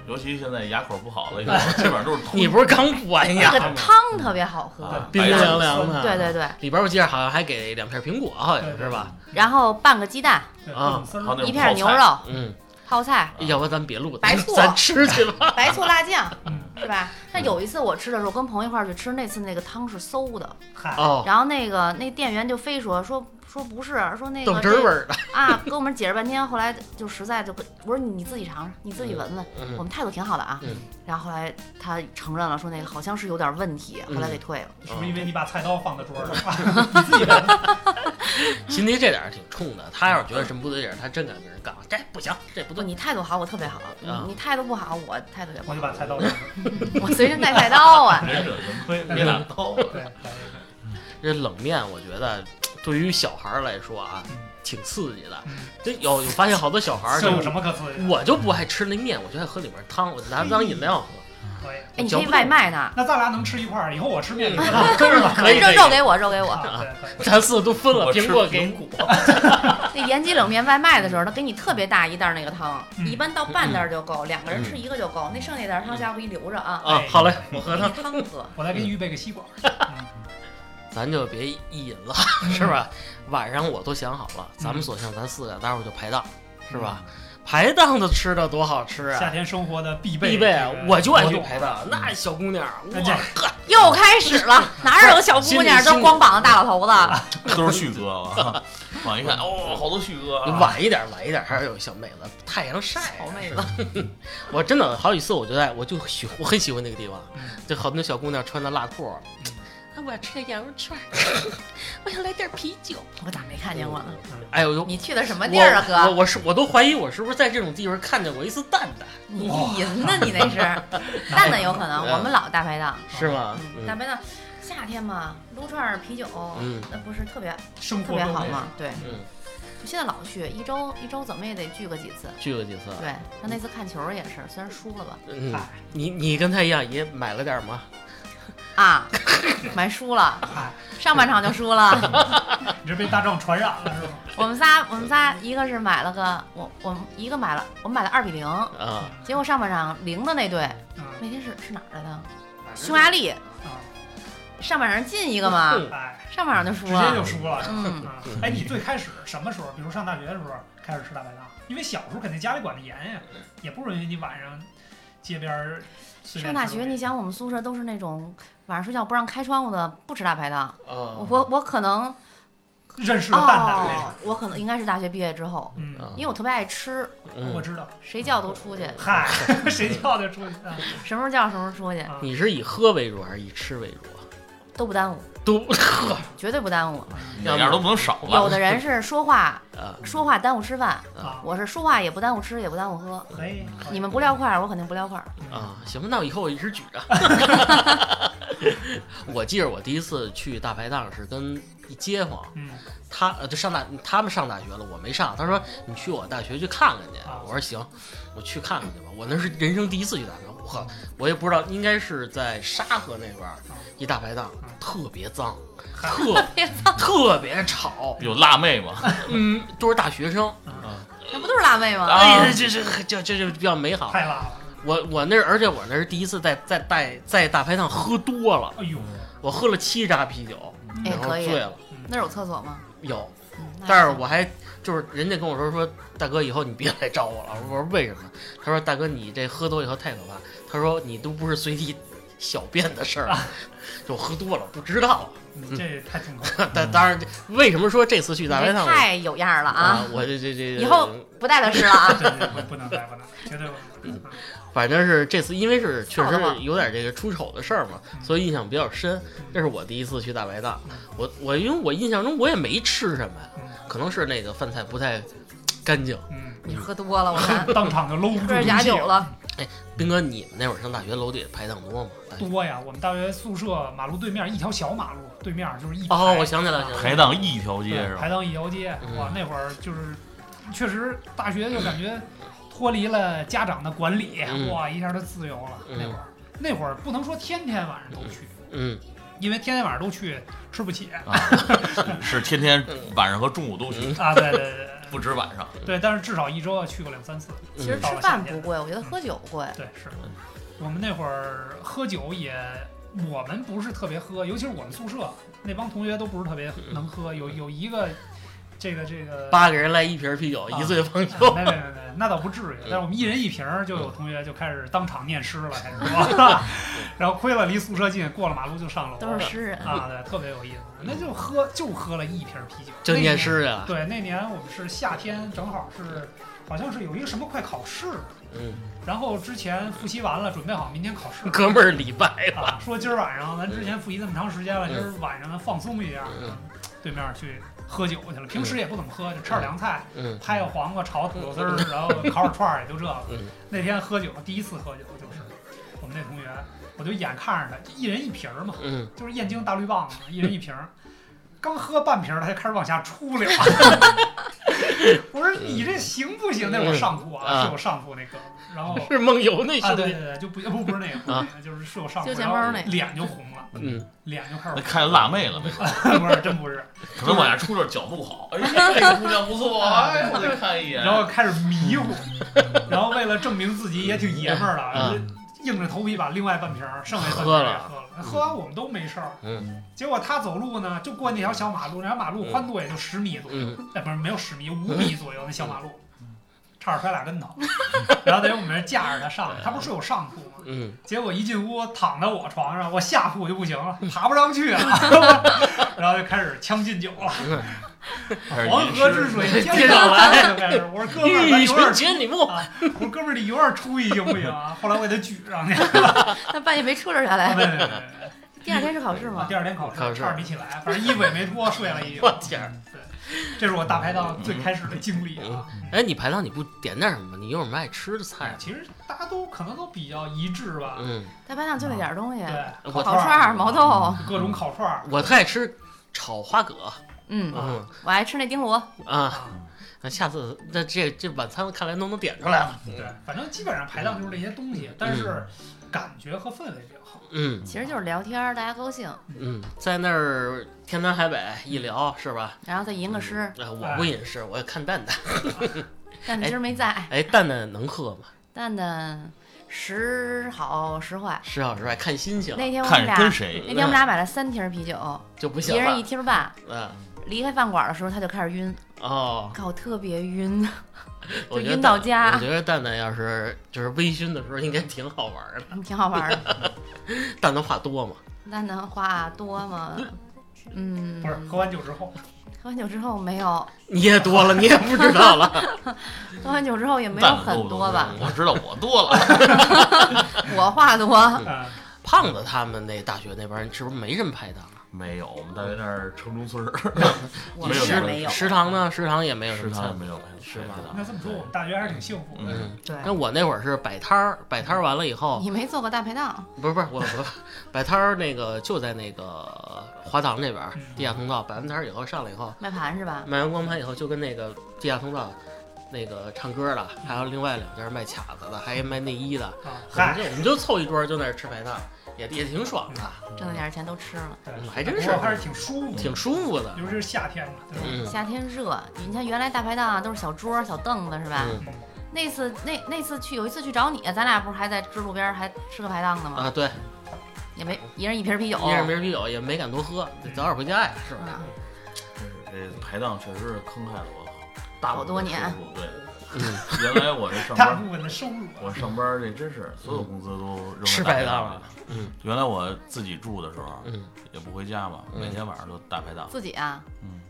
Speaker 4: 尤其现在牙口不好了， 基本上都是通。
Speaker 3: 你不是刚补完
Speaker 1: 那
Speaker 3: 牙
Speaker 1: 个
Speaker 3: 吗？
Speaker 1: 汤特别好喝，
Speaker 4: 啊
Speaker 3: 冰冰凉凉的，
Speaker 1: 对对。对，
Speaker 3: 里边我记得好像还给两片苹果，好像是吧？
Speaker 1: 然后半个鸡蛋，
Speaker 2: 对
Speaker 3: 啊
Speaker 2: 各种丝
Speaker 4: 还有
Speaker 2: 儿，
Speaker 4: 那
Speaker 1: 一
Speaker 4: 种
Speaker 1: 片
Speaker 4: 泡
Speaker 1: 牛
Speaker 4: 菜，
Speaker 1: 肉
Speaker 3: 嗯，
Speaker 1: 泡 菜，
Speaker 3: 要不咱别录，
Speaker 1: 白
Speaker 3: 咱
Speaker 1: 醋啊
Speaker 3: 咱吃去吧。
Speaker 1: 白醋辣酱，
Speaker 2: 嗯
Speaker 1: 是吧？但有一次我吃的时候，跟朋友一块儿去吃，那次那个汤是馊的，
Speaker 2: 嗨，
Speaker 3: 哦，
Speaker 1: 然后 那个那店员就非说说说不是，说那
Speaker 3: 豆
Speaker 1: 个
Speaker 3: 汁儿味
Speaker 1: 这
Speaker 3: 儿的，
Speaker 1: 啊，跟我们解释半天，后来就实在就跟我说你你自己尝尝，你自己闻闻，我
Speaker 3: 嗯
Speaker 1: 们态度挺好的啊
Speaker 3: 嗯。
Speaker 1: 然后后来他承认了，说那个好像是有点问题，后来
Speaker 3: 嗯
Speaker 1: 给退了。
Speaker 2: 是不是因为你把菜刀放在桌上 了？ 你自己的
Speaker 3: 辛嗯迪这点儿挺冲的，他要是觉得什么不对劲儿，他真敢跟人杠，这不行，这
Speaker 1: 不，
Speaker 3: 不对。
Speaker 1: 你态度好，我特别好；你
Speaker 3: 啊
Speaker 1: 你态度不好，我态度也不
Speaker 2: 我
Speaker 1: 好
Speaker 2: 就。把菜刀扔了。
Speaker 3: 嗯
Speaker 1: 我随身带菜刀 啊，
Speaker 4: 忍者神龟，
Speaker 2: 对
Speaker 4: 别拿 刀。
Speaker 2: 对，来一个
Speaker 3: 这冷面我觉得对于小孩儿来说啊，挺刺激的
Speaker 2: 嗯。
Speaker 3: 这有有发现好多小孩儿
Speaker 2: 这
Speaker 3: 就
Speaker 2: 有什么可刺激的？
Speaker 3: 我就不爱吃那面，我就爱喝里面汤，我拿它当饮料喝。
Speaker 2: 可以。
Speaker 1: 哎，你
Speaker 3: 嚼
Speaker 1: 可以
Speaker 3: 不
Speaker 1: 外
Speaker 3: 动
Speaker 1: 卖 呢，
Speaker 2: 那咱俩能吃一块儿，以后我吃面你吃汤，跟了。
Speaker 3: 可以
Speaker 1: 肉
Speaker 3: 可以
Speaker 1: 肉给我，肉给
Speaker 3: 嗯
Speaker 1: 我。
Speaker 2: 啊对可以
Speaker 3: 咱四个都分了，
Speaker 4: 我吃
Speaker 3: 苹果给
Speaker 4: 苹
Speaker 3: 你
Speaker 4: 果，
Speaker 1: 那延吉冷面外卖的时候，他给你特别大一袋儿那个汤，
Speaker 2: 嗯
Speaker 1: 一般倒半袋儿就够，两个人吃一个就
Speaker 3: 嗯
Speaker 1: 够。那剩那点儿汤，下回给你留着啊，
Speaker 3: 啊
Speaker 2: 哎！
Speaker 3: 好嘞，我喝
Speaker 1: 给
Speaker 3: 汤
Speaker 1: 你，汤喝。
Speaker 2: 我再给你预备个吸管。
Speaker 3: 咱就别意淫了，是吧？晚上我都想好了，咱们索性咱四个待会儿就排档，是吧？排档的吃的多好吃
Speaker 2: 夏
Speaker 3: 啊！
Speaker 2: 天生活的必备
Speaker 3: 必
Speaker 2: 必
Speaker 3: 备，啊我就爱去排档。那小姑娘，
Speaker 2: 那这
Speaker 3: 哇呵，
Speaker 1: 又开始了，哪有小姑娘都光膀子大老头子？
Speaker 4: 都是旭哥啊！往一看，哦，好多旭哥啊。
Speaker 3: 晚一点，晚一点，还是有小妹子，太阳晒啊
Speaker 1: 小妹
Speaker 3: 是吧我真的好几次，我就在，我就喜，我很喜欢那个地方
Speaker 2: 嗯，
Speaker 3: 就好多小姑娘穿的辣裤。啊，我要吃点羊肉串儿， 我想来点啤酒。
Speaker 1: 我咋没看见过呢？
Speaker 3: 哎呦，有
Speaker 1: 你去的什么地儿啊，
Speaker 3: 我
Speaker 1: 哥？
Speaker 3: 我是我都怀疑我是不是在这种地方看见过一次蛋蛋，
Speaker 1: 你意淫呢？你那是？蛋蛋有可能，
Speaker 3: 哦嗯
Speaker 1: 我们老大排档，
Speaker 3: 是吗？
Speaker 1: 嗯，大
Speaker 3: 嗯
Speaker 1: 排档夏天嘛，撸串儿、啤酒，
Speaker 3: 嗯
Speaker 1: 那不是特别
Speaker 2: 生
Speaker 1: 特
Speaker 2: 活
Speaker 1: 别
Speaker 2: 中
Speaker 1: 好吗？对，
Speaker 3: 嗯，
Speaker 1: 就现在老去，一周一周怎么也得聚个几次。
Speaker 3: 去过几次。
Speaker 1: 对，他那次看球也是，虽然输了吧，
Speaker 3: 嗯
Speaker 2: 嗨，
Speaker 3: 你你跟他一样也买了点吗？
Speaker 1: 啊， 买输了
Speaker 2: 嗨，
Speaker 1: 上半场就输了。
Speaker 2: 你这被大众传染了是吗？
Speaker 1: 我们仨，我们仨一个是买了个，我我们一个买了，我们买了二比零，
Speaker 3: 啊，
Speaker 1: 结果上半场零的那队
Speaker 2: 嗯
Speaker 1: 那天是是哪儿来的？匈牙利，上半场进一个嘛，
Speaker 3: 嗯
Speaker 2: 哎，
Speaker 1: 上半场就输
Speaker 2: 直接就
Speaker 1: 了。
Speaker 2: 输了。
Speaker 1: 嗯，
Speaker 2: 啊哎，你最开始什么时候？比如上大学的时候开始吃大排档？因为小时候肯定家里管得严呀，也不允许你晚上街边儿随
Speaker 1: 上
Speaker 2: 便
Speaker 1: 大
Speaker 2: 吃
Speaker 1: 学，你想我们宿舍都是那种晚上睡觉不让开窗户的，不吃大排档。
Speaker 3: 哦
Speaker 1: 我我可能
Speaker 2: 认识了蛋蛋那
Speaker 1: 哦，我可能应该是大学毕业之后，
Speaker 2: 嗯，
Speaker 3: 哦
Speaker 1: 因为我特别爱吃，
Speaker 2: 我
Speaker 3: 啊嗯，
Speaker 2: 知道。
Speaker 1: 谁叫都出
Speaker 3: 哦
Speaker 1: 去，
Speaker 2: 嗨，谁叫就出去啊？
Speaker 1: 什么时候叫什么时候出去，
Speaker 2: 啊
Speaker 3: 你是以喝为主还是以吃为主？
Speaker 1: 都不耽误，
Speaker 3: 都 喝
Speaker 1: 绝对不耽误。
Speaker 4: 两样都不能少吧？
Speaker 1: 有的人是说话
Speaker 3: 啊，
Speaker 1: 说话耽误吃饭，
Speaker 2: 啊，
Speaker 1: 我是说话也不耽误吃，也不耽误喝。
Speaker 2: 可以。
Speaker 1: 你们不撂块儿，我肯定不撂块 儿。
Speaker 2: 嗯
Speaker 3: 啊，行吧，那我以后我一直举着。我记着我第一次去大排档是跟一街坊，
Speaker 2: 嗯，
Speaker 3: 他呃就上大他们上大学了，我没上。他说你去我大学去看看去
Speaker 2: 啊，
Speaker 3: 我说行，我去看看去吧。我那是人生第一次去大学，我靠，我也不知道，应该是在沙河那边儿一大排档，特别脏，特
Speaker 1: 别
Speaker 3: 特别吵，
Speaker 4: 有辣妹吗？
Speaker 3: 嗯，都是大学生，
Speaker 1: 那不都是辣妹吗？
Speaker 3: 哎呀，这这这这这比较美好。
Speaker 2: 太辣了。
Speaker 3: 我我那而且我那是第一次在在在在大排档喝多了，
Speaker 2: 哎呦，
Speaker 3: 我喝了七扎啤酒，
Speaker 1: 哎
Speaker 3: 然后
Speaker 1: 可以
Speaker 3: 醉了，
Speaker 1: 那儿有厕所吗？
Speaker 3: 有，
Speaker 1: 嗯，那
Speaker 3: 但
Speaker 1: 还
Speaker 3: 是
Speaker 1: 行
Speaker 3: 我还就是人家跟我说说大哥以后你别来找我了，我说为什么？他说大哥你这喝多以后太可怕，他说你都不是随地小便的事儿， 就喝多了不知道。
Speaker 2: 你这太重口了。
Speaker 3: 但当然，为什么说这次去
Speaker 1: 你
Speaker 3: 大排
Speaker 1: 这
Speaker 3: 档
Speaker 1: 太有样儿了
Speaker 3: 我
Speaker 1: 啊！
Speaker 3: 我这这这
Speaker 1: 以后不带他吃了 啊！
Speaker 2: 对对，对不能再不能，绝对不能。
Speaker 3: 反正是这次，因为是确
Speaker 1: 操
Speaker 3: 实
Speaker 1: 他妈
Speaker 3: 有点这个出丑的事儿嘛，
Speaker 2: 嗯
Speaker 3: 所以印象比较深。
Speaker 2: 啊
Speaker 3: 这嗯是我第一次去大排档，我我因为我印象中我也没吃什么呀，
Speaker 2: 嗯
Speaker 3: 可能是那个饭菜不太干净。
Speaker 2: 嗯
Speaker 1: 你喝多了，我看
Speaker 2: 嗯，当场就搂不住
Speaker 1: 喝着假酒了，
Speaker 3: 斌哥，你们那会儿上大学楼底排档多吗？哎大学
Speaker 2: 多呀，我们大学宿舍马路对面一条小马路，对面就是一
Speaker 3: 哦，
Speaker 2: 排
Speaker 3: 我想起来了，想起来
Speaker 4: 排
Speaker 3: 了，
Speaker 4: 档一条
Speaker 2: 对
Speaker 4: 街是吧？
Speaker 2: 排档一条街
Speaker 3: 嗯，
Speaker 2: 哇，那会儿就是确实大学就感觉脱离了家长的管理，
Speaker 3: 嗯
Speaker 2: 哇，一下就自由了。
Speaker 3: 嗯
Speaker 2: 那会儿那会儿不能说天天晚上都去，
Speaker 3: 嗯，
Speaker 2: 因为天天晚上都去吃不起
Speaker 4: 啊，是天天
Speaker 1: 嗯
Speaker 4: 晚上和中午都去，
Speaker 3: 嗯
Speaker 2: 啊。对对对对
Speaker 4: 不止晚上。
Speaker 2: 对，但是至少一周要去过两三次。
Speaker 1: 其实
Speaker 3: 嗯
Speaker 1: 吃饭不贵，我觉得喝酒贵。
Speaker 2: 对，是我们那会儿喝酒也，我们不是特别喝，尤其是我们宿舍那帮同学都不是特别能喝，有有一个这个这个。
Speaker 3: 嗯八个人来一瓶啤酒，
Speaker 2: 啊
Speaker 3: 一醉方
Speaker 2: 啊
Speaker 3: 休。
Speaker 2: 没没没没，那倒不至
Speaker 3: 嗯
Speaker 2: 于。但是我们一人一瓶儿，就有同学就开始当场念诗了，开始 说，然后亏了离宿舍近，过了马路就上楼
Speaker 1: 都
Speaker 2: 了
Speaker 1: 是诗人，
Speaker 2: 啊，对，特别有意思。那就喝就喝了一瓶啤酒，
Speaker 3: 就
Speaker 2: 那
Speaker 3: 念
Speaker 2: 年
Speaker 3: 诗去了。
Speaker 2: 对，那年我们是夏天，正好是好像是有一个什么快考试，
Speaker 3: 嗯，
Speaker 2: 然后之前复习完了，准备好明天考试
Speaker 3: 哥们儿礼拜吧。
Speaker 2: 啊，说今儿晚上咱之前复习这么长时间了，今儿晚上咱放松一下
Speaker 3: 嗯，
Speaker 2: 对面去喝酒去了。平时也不怎么喝，就吃点凉菜，
Speaker 3: 嗯
Speaker 2: 拍个黄瓜，炒土豆丝儿，然后烤点串儿，也就这个
Speaker 3: 嗯。
Speaker 2: 那天喝酒，第一次喝酒就是我们那同学，我就眼看着他，一人一瓶儿嘛，
Speaker 3: 嗯，
Speaker 2: 就是燕京大绿棒子，一人一瓶儿。刚喝半瓶儿，他就开始往下出溜。 我说你这行不行？那会儿上吐
Speaker 3: 嗯
Speaker 2: 啊，是我上吐那个，然后
Speaker 3: 是梦游那
Speaker 2: 啊，
Speaker 3: 兄
Speaker 2: 对
Speaker 3: 弟。
Speaker 2: 对对，就不不不是那个，不是那个，就是是我上
Speaker 1: 丢
Speaker 2: 过，
Speaker 1: 钱
Speaker 2: 然
Speaker 1: 包
Speaker 2: 后
Speaker 1: 那个，
Speaker 2: 脸就红了，
Speaker 3: 嗯，
Speaker 2: 脸就开始
Speaker 4: 那看见辣妹了没？
Speaker 2: 红，不是真 不是，
Speaker 4: 可能往下出溜，脚步好。哎，这姑娘不错，哎，我得看 一眼。
Speaker 2: 然后开始迷糊， 然后为了证明自己也挺爷们儿的呃
Speaker 3: 嗯，
Speaker 2: 硬着头皮把另外半瓶儿剩下半瓶
Speaker 3: 喝
Speaker 2: 儿
Speaker 3: 了
Speaker 2: 也喝了，喝完我们都没事儿。
Speaker 3: 嗯，
Speaker 2: 结果他走路呢，就过那条小马路，那条马路宽度也就十米左右，
Speaker 3: 嗯
Speaker 2: 哎，不是没有十米，五米左右那小马路，差点摔俩跟头， 然后等于我们这架着他上，
Speaker 3: 啊
Speaker 2: 他不是有上铺吗？
Speaker 3: 嗯，
Speaker 2: 结果一进屋躺在我床上，我下铺就不行了， 爬不上去 了，然后就开始将进酒了，黄河之 水天上来就开始。我说哥们儿，咱有点
Speaker 3: 欲擒
Speaker 2: 出
Speaker 3: 千里目。
Speaker 2: 我说哥们儿，你有点出息行不行啊？后来我给他举上去，
Speaker 1: 那半夜没吃着下
Speaker 2: 啊
Speaker 1: 来。
Speaker 2: 对对对对
Speaker 1: 第二天是考试
Speaker 2: 对，
Speaker 1: 吗？
Speaker 2: 第二天考试
Speaker 3: 考试
Speaker 2: 差点没起来，反正衣服也没脱，睡了一
Speaker 3: 我
Speaker 2: 宿。
Speaker 3: 天儿！
Speaker 2: 这是我大排档最开始的经历啊。
Speaker 3: 哎，你排档你不点点什么？你有什么爱吃的
Speaker 2: 哎
Speaker 3: 菜，？啊
Speaker 2: 其实大家都可能都比较一致吧，
Speaker 3: 嗯，
Speaker 1: 大排档就那点儿东西，
Speaker 2: 对，
Speaker 1: 烤
Speaker 3: 我
Speaker 2: 串
Speaker 1: 串
Speaker 2: 儿，
Speaker 1: 儿、毛豆，
Speaker 2: 各种烤串儿，
Speaker 3: 我特爱吃炒花蛤。
Speaker 1: 嗯，
Speaker 3: 嗯
Speaker 1: 我爱吃那丁螺。
Speaker 3: 啊，
Speaker 2: 啊，
Speaker 3: 那下次那这这晚餐看来都能点出来了。
Speaker 2: 对，反正基本上排档就是这些东西，但是感觉和氛围比较好。
Speaker 3: 嗯
Speaker 1: 其实就是聊天儿，大家高兴，
Speaker 3: 嗯，在那儿天南海北一聊是吧？
Speaker 1: 然后再吟个诗。
Speaker 3: 啊，
Speaker 4: 哎
Speaker 3: 我不饮食，我要看蛋蛋。
Speaker 1: 但你今儿没在，
Speaker 3: 哎，蛋蛋能喝吗？
Speaker 1: 蛋蛋时好时坏。
Speaker 3: 是好是坏哎看心情
Speaker 1: 那天我们
Speaker 4: 看
Speaker 1: 俩，
Speaker 4: 跟
Speaker 1: 那
Speaker 4: 谁。
Speaker 1: 天我们俩买了三瓶啤酒，
Speaker 3: 就不
Speaker 1: 一
Speaker 3: 行
Speaker 1: 人一
Speaker 3: 了。
Speaker 1: 听半。
Speaker 3: 嗯，
Speaker 1: 离开饭馆的时候，他就开始晕，
Speaker 3: 哦，
Speaker 1: 靠，特别晕，
Speaker 3: 我
Speaker 1: 就
Speaker 3: 觉得
Speaker 1: 晕
Speaker 3: 蛋
Speaker 1: 到家
Speaker 3: 我， 觉得蛋蛋要是就是微醺的时候，应该挺好玩儿的。
Speaker 1: 嗯挺好玩的。
Speaker 3: 蛋蛋话多嘛？
Speaker 1: 蛋蛋话多吗？嗯，
Speaker 2: 不是喝完酒之后，
Speaker 1: 喝完酒之后没有，
Speaker 3: 你也多了，你也不知道了。
Speaker 1: 喝完酒之后也没有
Speaker 4: 蛋
Speaker 1: 很多吧。
Speaker 4: 我知道我多了，
Speaker 1: 我话多，
Speaker 2: 嗯，
Speaker 3: 胖子他们那大学那边是不是没什么排档啊？
Speaker 4: 没有，我们大学那儿城中村儿，
Speaker 1: 我
Speaker 4: 没有
Speaker 1: 是
Speaker 4: 没
Speaker 1: 没有。
Speaker 3: 食堂呢？食堂也没有什
Speaker 4: 食
Speaker 3: 么
Speaker 4: 堂也
Speaker 3: 菜。
Speaker 4: 没有，
Speaker 3: 是吧
Speaker 2: 那这么说，我们大学还是挺幸福的。
Speaker 3: 嗯，
Speaker 1: 对，
Speaker 3: 那我那会儿是摆摊儿，摆摊儿完了以后，
Speaker 1: 你没做过大排档，
Speaker 3: 不是不是我我 摆摊儿那个就在那个华堂那边儿
Speaker 2: 嗯
Speaker 3: 地下通道摆完摊儿以后上来以后，
Speaker 1: 卖盘是吧？
Speaker 3: 卖完光盘以后就跟那个地下通道那个唱歌的，还有另外两家卖卡子的，还有卖内衣的，
Speaker 2: 啊，
Speaker 3: 我们
Speaker 2: 嗨，
Speaker 3: 就我们就凑一桌儿就在那儿吃排档，也也挺爽的，
Speaker 1: 挣那点钱都吃了。
Speaker 2: 对
Speaker 3: 还真是
Speaker 2: 不过还是挺舒服的，
Speaker 3: 挺舒服的。
Speaker 2: 尤其是夏天嘛，对吧？
Speaker 3: 嗯
Speaker 1: 夏天热，你像原来大排档啊都是小桌儿、小凳子是吧？
Speaker 3: 嗯
Speaker 1: 那次那那次去有一次去找你，咱俩不是还在支路边儿还吃个排档
Speaker 2: 嗯
Speaker 1: 呢吗？
Speaker 3: 啊，对，
Speaker 1: 也没一人一瓶啤酒，
Speaker 2: 哦
Speaker 3: 一人瓶啤酒也没敢多喝，得早点回家呀，是吧？
Speaker 1: 嗯
Speaker 4: 这排档确实是坑害了我
Speaker 1: 好多年
Speaker 4: 大部分收入
Speaker 3: 嗯，
Speaker 4: 对， 原来我这上
Speaker 2: 大
Speaker 4: 班，
Speaker 2: 部分的收入啊，
Speaker 4: 我上班这真是所有工资都扔在
Speaker 3: 吃
Speaker 4: 大
Speaker 3: 白
Speaker 4: 档
Speaker 3: 了
Speaker 4: 里。，
Speaker 3: 嗯
Speaker 4: 原来我自己住的时候啊
Speaker 3: 嗯
Speaker 4: 也不回家嘛，
Speaker 3: 嗯
Speaker 4: 每天晚上都大排档，
Speaker 1: 自己啊，
Speaker 4: 嗯，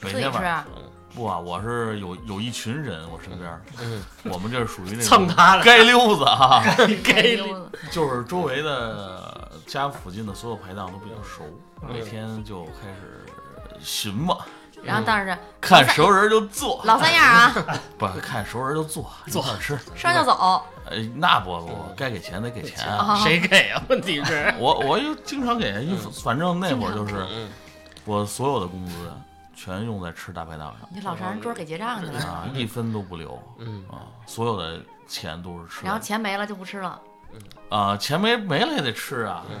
Speaker 4: 每
Speaker 1: 自己
Speaker 4: 天
Speaker 1: 吃
Speaker 4: 晚
Speaker 1: 啊，
Speaker 4: 不啊，我是有有一群人我身边儿，
Speaker 3: 嗯，
Speaker 4: 我们这是属于那
Speaker 3: 蹭
Speaker 4: 种
Speaker 3: 他了，
Speaker 4: 街溜子啊，
Speaker 1: 太
Speaker 3: 给
Speaker 1: 溜
Speaker 3: 你
Speaker 1: 了
Speaker 4: 就是周围的家附近的所有排档都比较熟，
Speaker 2: 嗯
Speaker 4: 每天就开始寻嘛，
Speaker 1: 然后但是
Speaker 4: 看熟人就做，
Speaker 1: 老三样啊，
Speaker 4: 不看熟人就做，
Speaker 3: 做
Speaker 4: 一块儿吃。
Speaker 1: 吃完就走，
Speaker 4: 哎，那不不，该给钱得给钱啊。
Speaker 1: 啊
Speaker 3: 谁给啊？嗯问题是，
Speaker 4: 我我又经常给人家，反正那会儿就是
Speaker 3: 嗯，
Speaker 4: 我所有的工资全用在吃大排档上啊
Speaker 1: 你老上人桌儿给结账去了。
Speaker 4: 啊，一分都不留
Speaker 3: 嗯
Speaker 4: 啊，所有的钱都是吃
Speaker 1: 然
Speaker 4: 的
Speaker 1: 后钱没了就不吃了，
Speaker 4: 啊，钱没没了也得吃啊，嗯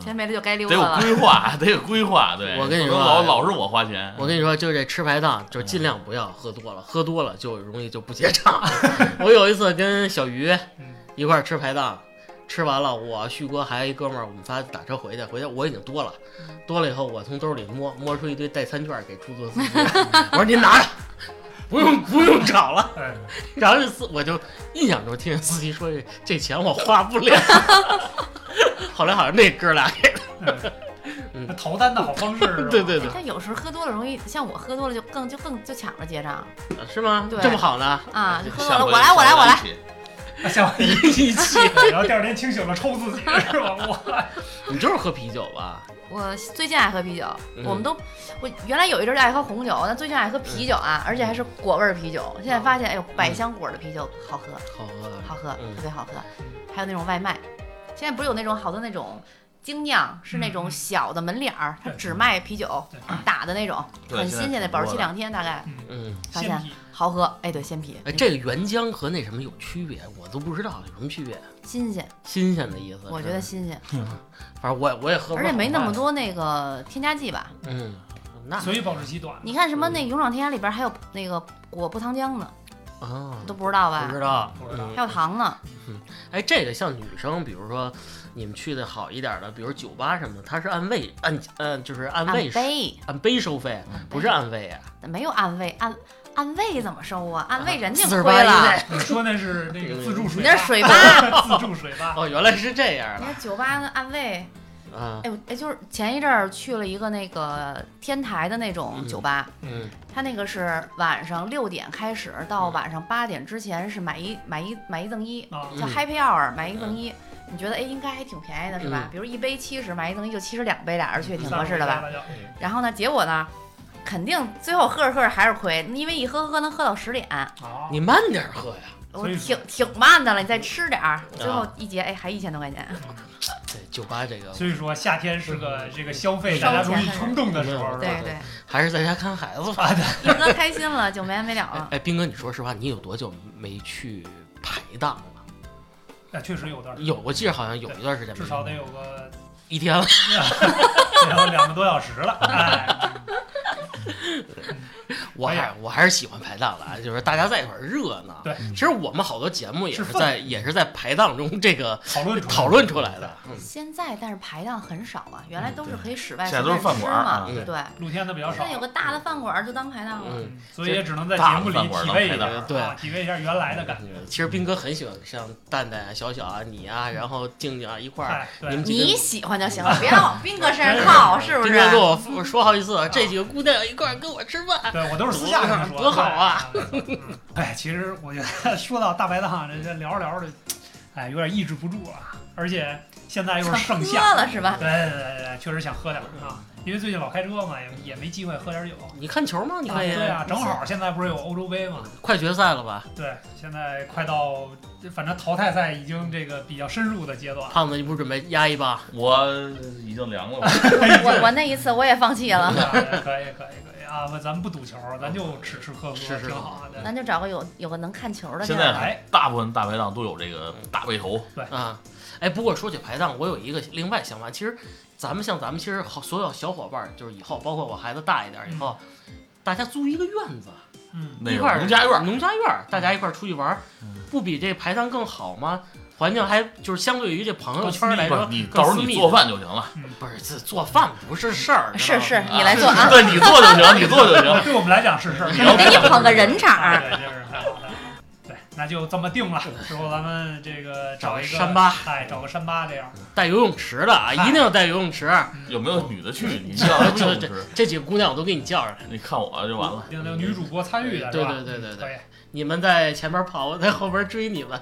Speaker 1: 钱没了就该溜
Speaker 4: 得
Speaker 1: 达
Speaker 4: 有
Speaker 1: 了。
Speaker 4: 规划， 得有规划。对，
Speaker 3: 我跟你
Speaker 4: 不
Speaker 3: 说
Speaker 4: 能
Speaker 3: 啊
Speaker 4: 老老是我花钱，
Speaker 3: 我跟你说，就这吃排档，就尽量不要喝多了，喝多了就容易就不结账。 我有一次跟小鱼
Speaker 2: 嗯
Speaker 3: 一块儿吃排档，吃完了，我旭哥还有一哥们儿，我们仨打车回去，回去我已经多了，
Speaker 1: 嗯
Speaker 3: 多了以后我从兜里摸摸出一堆代餐券给出租车司 机，我说您拿着，不用不用找了。
Speaker 2: 哎，
Speaker 3: 然后这司我就印象中听见司机说这这钱我花 不了，后来好像那哥俩给
Speaker 2: 那逃单的好方式是吧
Speaker 3: 对对对
Speaker 1: 但有时候喝多了容易，像我喝多了就更就更就抢着结账
Speaker 3: 了是吗？
Speaker 1: 对
Speaker 3: 这么好呢？
Speaker 1: 啊，就喝多
Speaker 4: 下
Speaker 1: 了
Speaker 4: 回
Speaker 1: 我来我来我来，，
Speaker 2: 啊像我一
Speaker 3: 一起，
Speaker 2: 然后第二天清醒了抽自己是吧？我
Speaker 3: 你就是喝啤酒吧？
Speaker 1: 我最近爱喝啤酒，
Speaker 3: 嗯
Speaker 1: 我们都我原来有一阵儿爱喝红酒，但最近
Speaker 4: 嗯
Speaker 1: 爱喝啤酒啊，而且还是果味儿啤酒。
Speaker 4: 啊
Speaker 1: 现在发现，哎呦，百香果的啤酒好喝，
Speaker 3: 好喝啊。
Speaker 1: 好喝，
Speaker 3: 嗯
Speaker 1: 特别好喝。还有那种外卖，现在不是有那种好多那种精酿，是那种
Speaker 2: 嗯
Speaker 1: 小的门脸儿，它
Speaker 2: 对
Speaker 1: 只卖啤酒
Speaker 2: 对
Speaker 1: 打的那种，
Speaker 4: 嗯对
Speaker 1: 很
Speaker 4: 现在
Speaker 1: 新鲜的，
Speaker 4: 挺
Speaker 1: 保质
Speaker 4: 多
Speaker 1: 期
Speaker 4: 的
Speaker 1: 两天大概，
Speaker 3: 嗯，
Speaker 1: 发
Speaker 2: 现
Speaker 1: 现
Speaker 2: 体
Speaker 1: 好喝。哎，对，鲜啤，
Speaker 3: 哎，这个原浆和那什么有区别？我都不知道有什么区别。
Speaker 1: 新鲜，
Speaker 3: 新鲜的意思是吧，
Speaker 1: 我觉得新鲜，
Speaker 3: 反正我也我也喝不
Speaker 1: 而
Speaker 3: 了，
Speaker 1: 且没那么多那个添加剂吧。
Speaker 3: 嗯，那
Speaker 2: 所以保质期短。
Speaker 1: 你看什
Speaker 3: 嗯
Speaker 1: 么那个勇闯天涯里边还有那个果葡糖浆呢，
Speaker 3: 啊
Speaker 1: 都不知道吧
Speaker 3: 不？知道嗯
Speaker 2: 不知道
Speaker 1: 还有糖呢。
Speaker 3: 哎，这个像女生，比如说你们去的好一点的，比如酒吧什么的，它是按位按嗯，就是按
Speaker 1: 按
Speaker 3: 位收
Speaker 1: 杯
Speaker 3: 按杯收费，不是按位啊，
Speaker 1: 没有按位，按按位怎么收啊？按位人家
Speaker 3: 四十
Speaker 1: 亏
Speaker 3: 八
Speaker 1: 了，
Speaker 2: 你说那是那个自助
Speaker 1: 你
Speaker 2: 水吧，
Speaker 1: 那是水吧？
Speaker 2: 自助水吧，
Speaker 3: 哦，原来是这样
Speaker 1: 你
Speaker 3: 的
Speaker 1: 看酒吧的按位，
Speaker 3: 啊，
Speaker 1: 哎呦哎，就是前一阵儿去了一个那个天台的那种
Speaker 3: 嗯
Speaker 1: 酒吧，
Speaker 3: 嗯
Speaker 1: 它那个是晚上六点开始，到晚上八点之前是买一买一买一赠一，
Speaker 2: 啊，
Speaker 1: 叫
Speaker 3: 嗯
Speaker 1: Happy Hour 买一赠一。你觉得哎，应该还挺便宜的是吧？
Speaker 3: 嗯
Speaker 1: 比如一杯七十，买一赠一就七十两杯，俩人去也挺
Speaker 2: 三
Speaker 1: 合
Speaker 2: 十
Speaker 1: 适的吧？
Speaker 2: 块钱吧
Speaker 1: 然后呢，结果呢，肯定最后喝着喝着还是亏，因为一喝喝能喝到十点，
Speaker 2: 就？啊，
Speaker 3: 你慢点喝呀，
Speaker 1: 我
Speaker 2: 所以
Speaker 1: 挺
Speaker 2: 说
Speaker 1: 挺慢的了，你再吃点儿，最后一结哎还一千多块钱，
Speaker 3: 对，酒吧这个
Speaker 2: 所以说夏天是个这个消费
Speaker 1: 烧
Speaker 2: 大
Speaker 1: 钱
Speaker 2: 家容易冲动的时候，
Speaker 1: 对
Speaker 2: 是吧
Speaker 1: 对，
Speaker 3: 还是在家看孩子吧。
Speaker 1: 一喝开心了就没完没了
Speaker 3: 哎
Speaker 1: 了。
Speaker 3: 哎，斌哥，你说实话，你有多久没去排档了？
Speaker 2: 那确实有点儿，
Speaker 3: 有，我记得好像有一段时间没，
Speaker 2: 至少得有个
Speaker 3: 一天了。
Speaker 2: 然后两个多小时了，哎，
Speaker 3: 我还我还是喜欢排档的啊，就是大家在一块儿热闹。
Speaker 2: 对，
Speaker 3: 其实我们好多节目也
Speaker 2: 是
Speaker 3: 是
Speaker 2: 氛围
Speaker 3: 在也是在排档中 这个
Speaker 2: 讨论出来
Speaker 3: 讨论出来的。嗯
Speaker 1: 现在但是排档很少啊，原来都是可以室外
Speaker 4: 现在都是饭馆儿啊
Speaker 1: 随便吃嘛，
Speaker 2: 露天的比较
Speaker 1: 对。
Speaker 2: 少
Speaker 1: 现在，有个大的饭馆儿就当排档了，
Speaker 3: 嗯，
Speaker 2: 所以也只能在节目里体味一
Speaker 4: 大
Speaker 2: 下，
Speaker 3: 对
Speaker 2: 啊体味一下原来的 感觉。
Speaker 3: 嗯其实斌哥很喜欢像蛋蛋啊、小小啊、你啊，然后静静啊一块儿。
Speaker 2: 哎，对
Speaker 3: 你，们几
Speaker 1: 你
Speaker 3: 个。
Speaker 1: 喜欢就行了，别往我斌哥身上靠，是啊不
Speaker 3: 斌
Speaker 1: 是？
Speaker 3: 哥跟我说说好几次
Speaker 2: 啊
Speaker 3: 了，这几个姑娘一块儿跟我吃饭。
Speaker 2: 对我都是私下跟他说，
Speaker 3: 多好啊
Speaker 2: 对！嗯 哎，其实我觉得说到大排档，这这聊着聊着，哎，有点抑制不住了，而且现在又是盛夏
Speaker 1: 喝，了是吧？
Speaker 2: 对对对对，确实想喝点儿啊，因为最近老开车嘛，也也没机会喝点酒。
Speaker 3: 你看球吗？你
Speaker 2: 啊
Speaker 3: 看
Speaker 2: 对啊，正好现在不是有欧洲杯嘛？
Speaker 3: 快决赛了吧？
Speaker 2: 对，现在快到，反正淘汰赛已经这个比较深入的阶段了。
Speaker 3: 胖子，你不准备压一把？
Speaker 4: 我已经凉了，
Speaker 1: 我我那一次我也放弃了，
Speaker 2: 啊可以可以可以啊！不咱们不赌球，咱就吃吃喝喝，
Speaker 3: 是是
Speaker 2: 挺好的。
Speaker 1: 咱就找个有有个能看球的地
Speaker 4: 现
Speaker 1: 儿
Speaker 4: 在
Speaker 1: 吧。
Speaker 4: 还大部分大排档都有这个大背头，
Speaker 3: 啊，哎，不过说起排档，我有一个另外想法，其实咱们像咱们其实好所有小伙伴儿，就是以后包括我孩子大一点儿以后，大家租一个院子，
Speaker 2: 嗯，
Speaker 4: 那
Speaker 3: 一块儿
Speaker 4: 个农家院儿，
Speaker 3: 农家院儿，大家一块儿出去玩儿
Speaker 4: 嗯，
Speaker 3: 不比这排档更好吗？环境还就是相对于这朋友圈儿来
Speaker 4: 不是
Speaker 3: 说，
Speaker 4: 你
Speaker 3: 更
Speaker 4: 到时候
Speaker 3: 私
Speaker 4: 你
Speaker 3: 密
Speaker 4: 做饭就行了，
Speaker 3: 不是这做饭不是事儿，知道
Speaker 1: 是
Speaker 3: 吗
Speaker 1: 是，你来做啊，
Speaker 4: 对你做就行，你做就行。
Speaker 2: 对我们来讲是事儿。
Speaker 4: 你要
Speaker 1: 给你捧个人场 儿。
Speaker 2: 对，这是太好了。对，那就这么定了。之后咱们这个
Speaker 3: 找
Speaker 2: 一个
Speaker 3: 山，吧，
Speaker 2: 哎，找个山吧这样。
Speaker 3: 带游泳池的啊，一定要带游泳池。
Speaker 4: 有没有女的去？你叫她
Speaker 3: 这
Speaker 4: 们
Speaker 3: 这
Speaker 4: 吃，
Speaker 3: 这几个姑娘我都给你叫上，
Speaker 4: 你看我就完了。
Speaker 2: 一定得有女主播参与的，
Speaker 3: 对
Speaker 2: 是吧
Speaker 3: 对对对对
Speaker 2: 可以
Speaker 3: 你们在前面跑，我在后边追你们。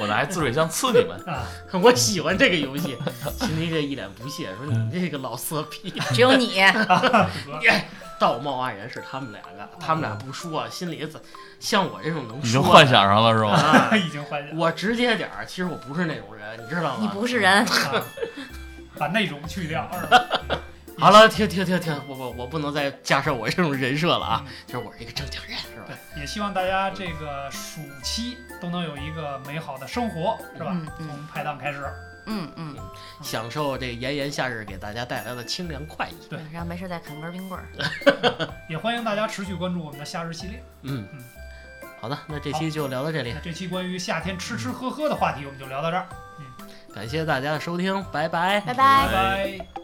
Speaker 4: 我拿自水枪刺你们，
Speaker 2: 啊，
Speaker 3: 我喜欢这个游戏，秦丽这一脸不屑说：“
Speaker 4: 嗯
Speaker 3: 你这个老色批。”
Speaker 1: 只有你，
Speaker 3: 嗯 道貌岸然是他们两个，他们俩不说，心里怎像我这种能说的
Speaker 4: 已经幻想上了是吧？
Speaker 3: 啊
Speaker 2: 已经幻想
Speaker 3: 我直接点儿，其实我不是那种人，你知道吗？
Speaker 1: 你不是人，
Speaker 2: 啊，把内容去掉。是 吧
Speaker 3: 好了，停停停停，我我我不能再加上我这种人设了啊！就是我是一个正经人，是吧？
Speaker 2: 嗯也希望大家这个暑期都能有一个美好的生活，是吧？
Speaker 1: 嗯嗯
Speaker 2: 从排档开始，
Speaker 1: 嗯嗯，
Speaker 3: 享受这炎炎夏日给大家带来的清凉快意。
Speaker 2: 对
Speaker 1: 然后没事再啃根冰棍儿。
Speaker 2: 也欢迎大家持续关注我们的夏日系列。
Speaker 3: 嗯
Speaker 2: 嗯，
Speaker 3: 好嗯的，那这期就聊到这里
Speaker 2: 那，这期关于夏天吃吃喝喝的话题，我们就聊到这儿，
Speaker 3: 感谢大家的收听，拜拜。
Speaker 1: 拜
Speaker 4: 拜
Speaker 2: 拜拜。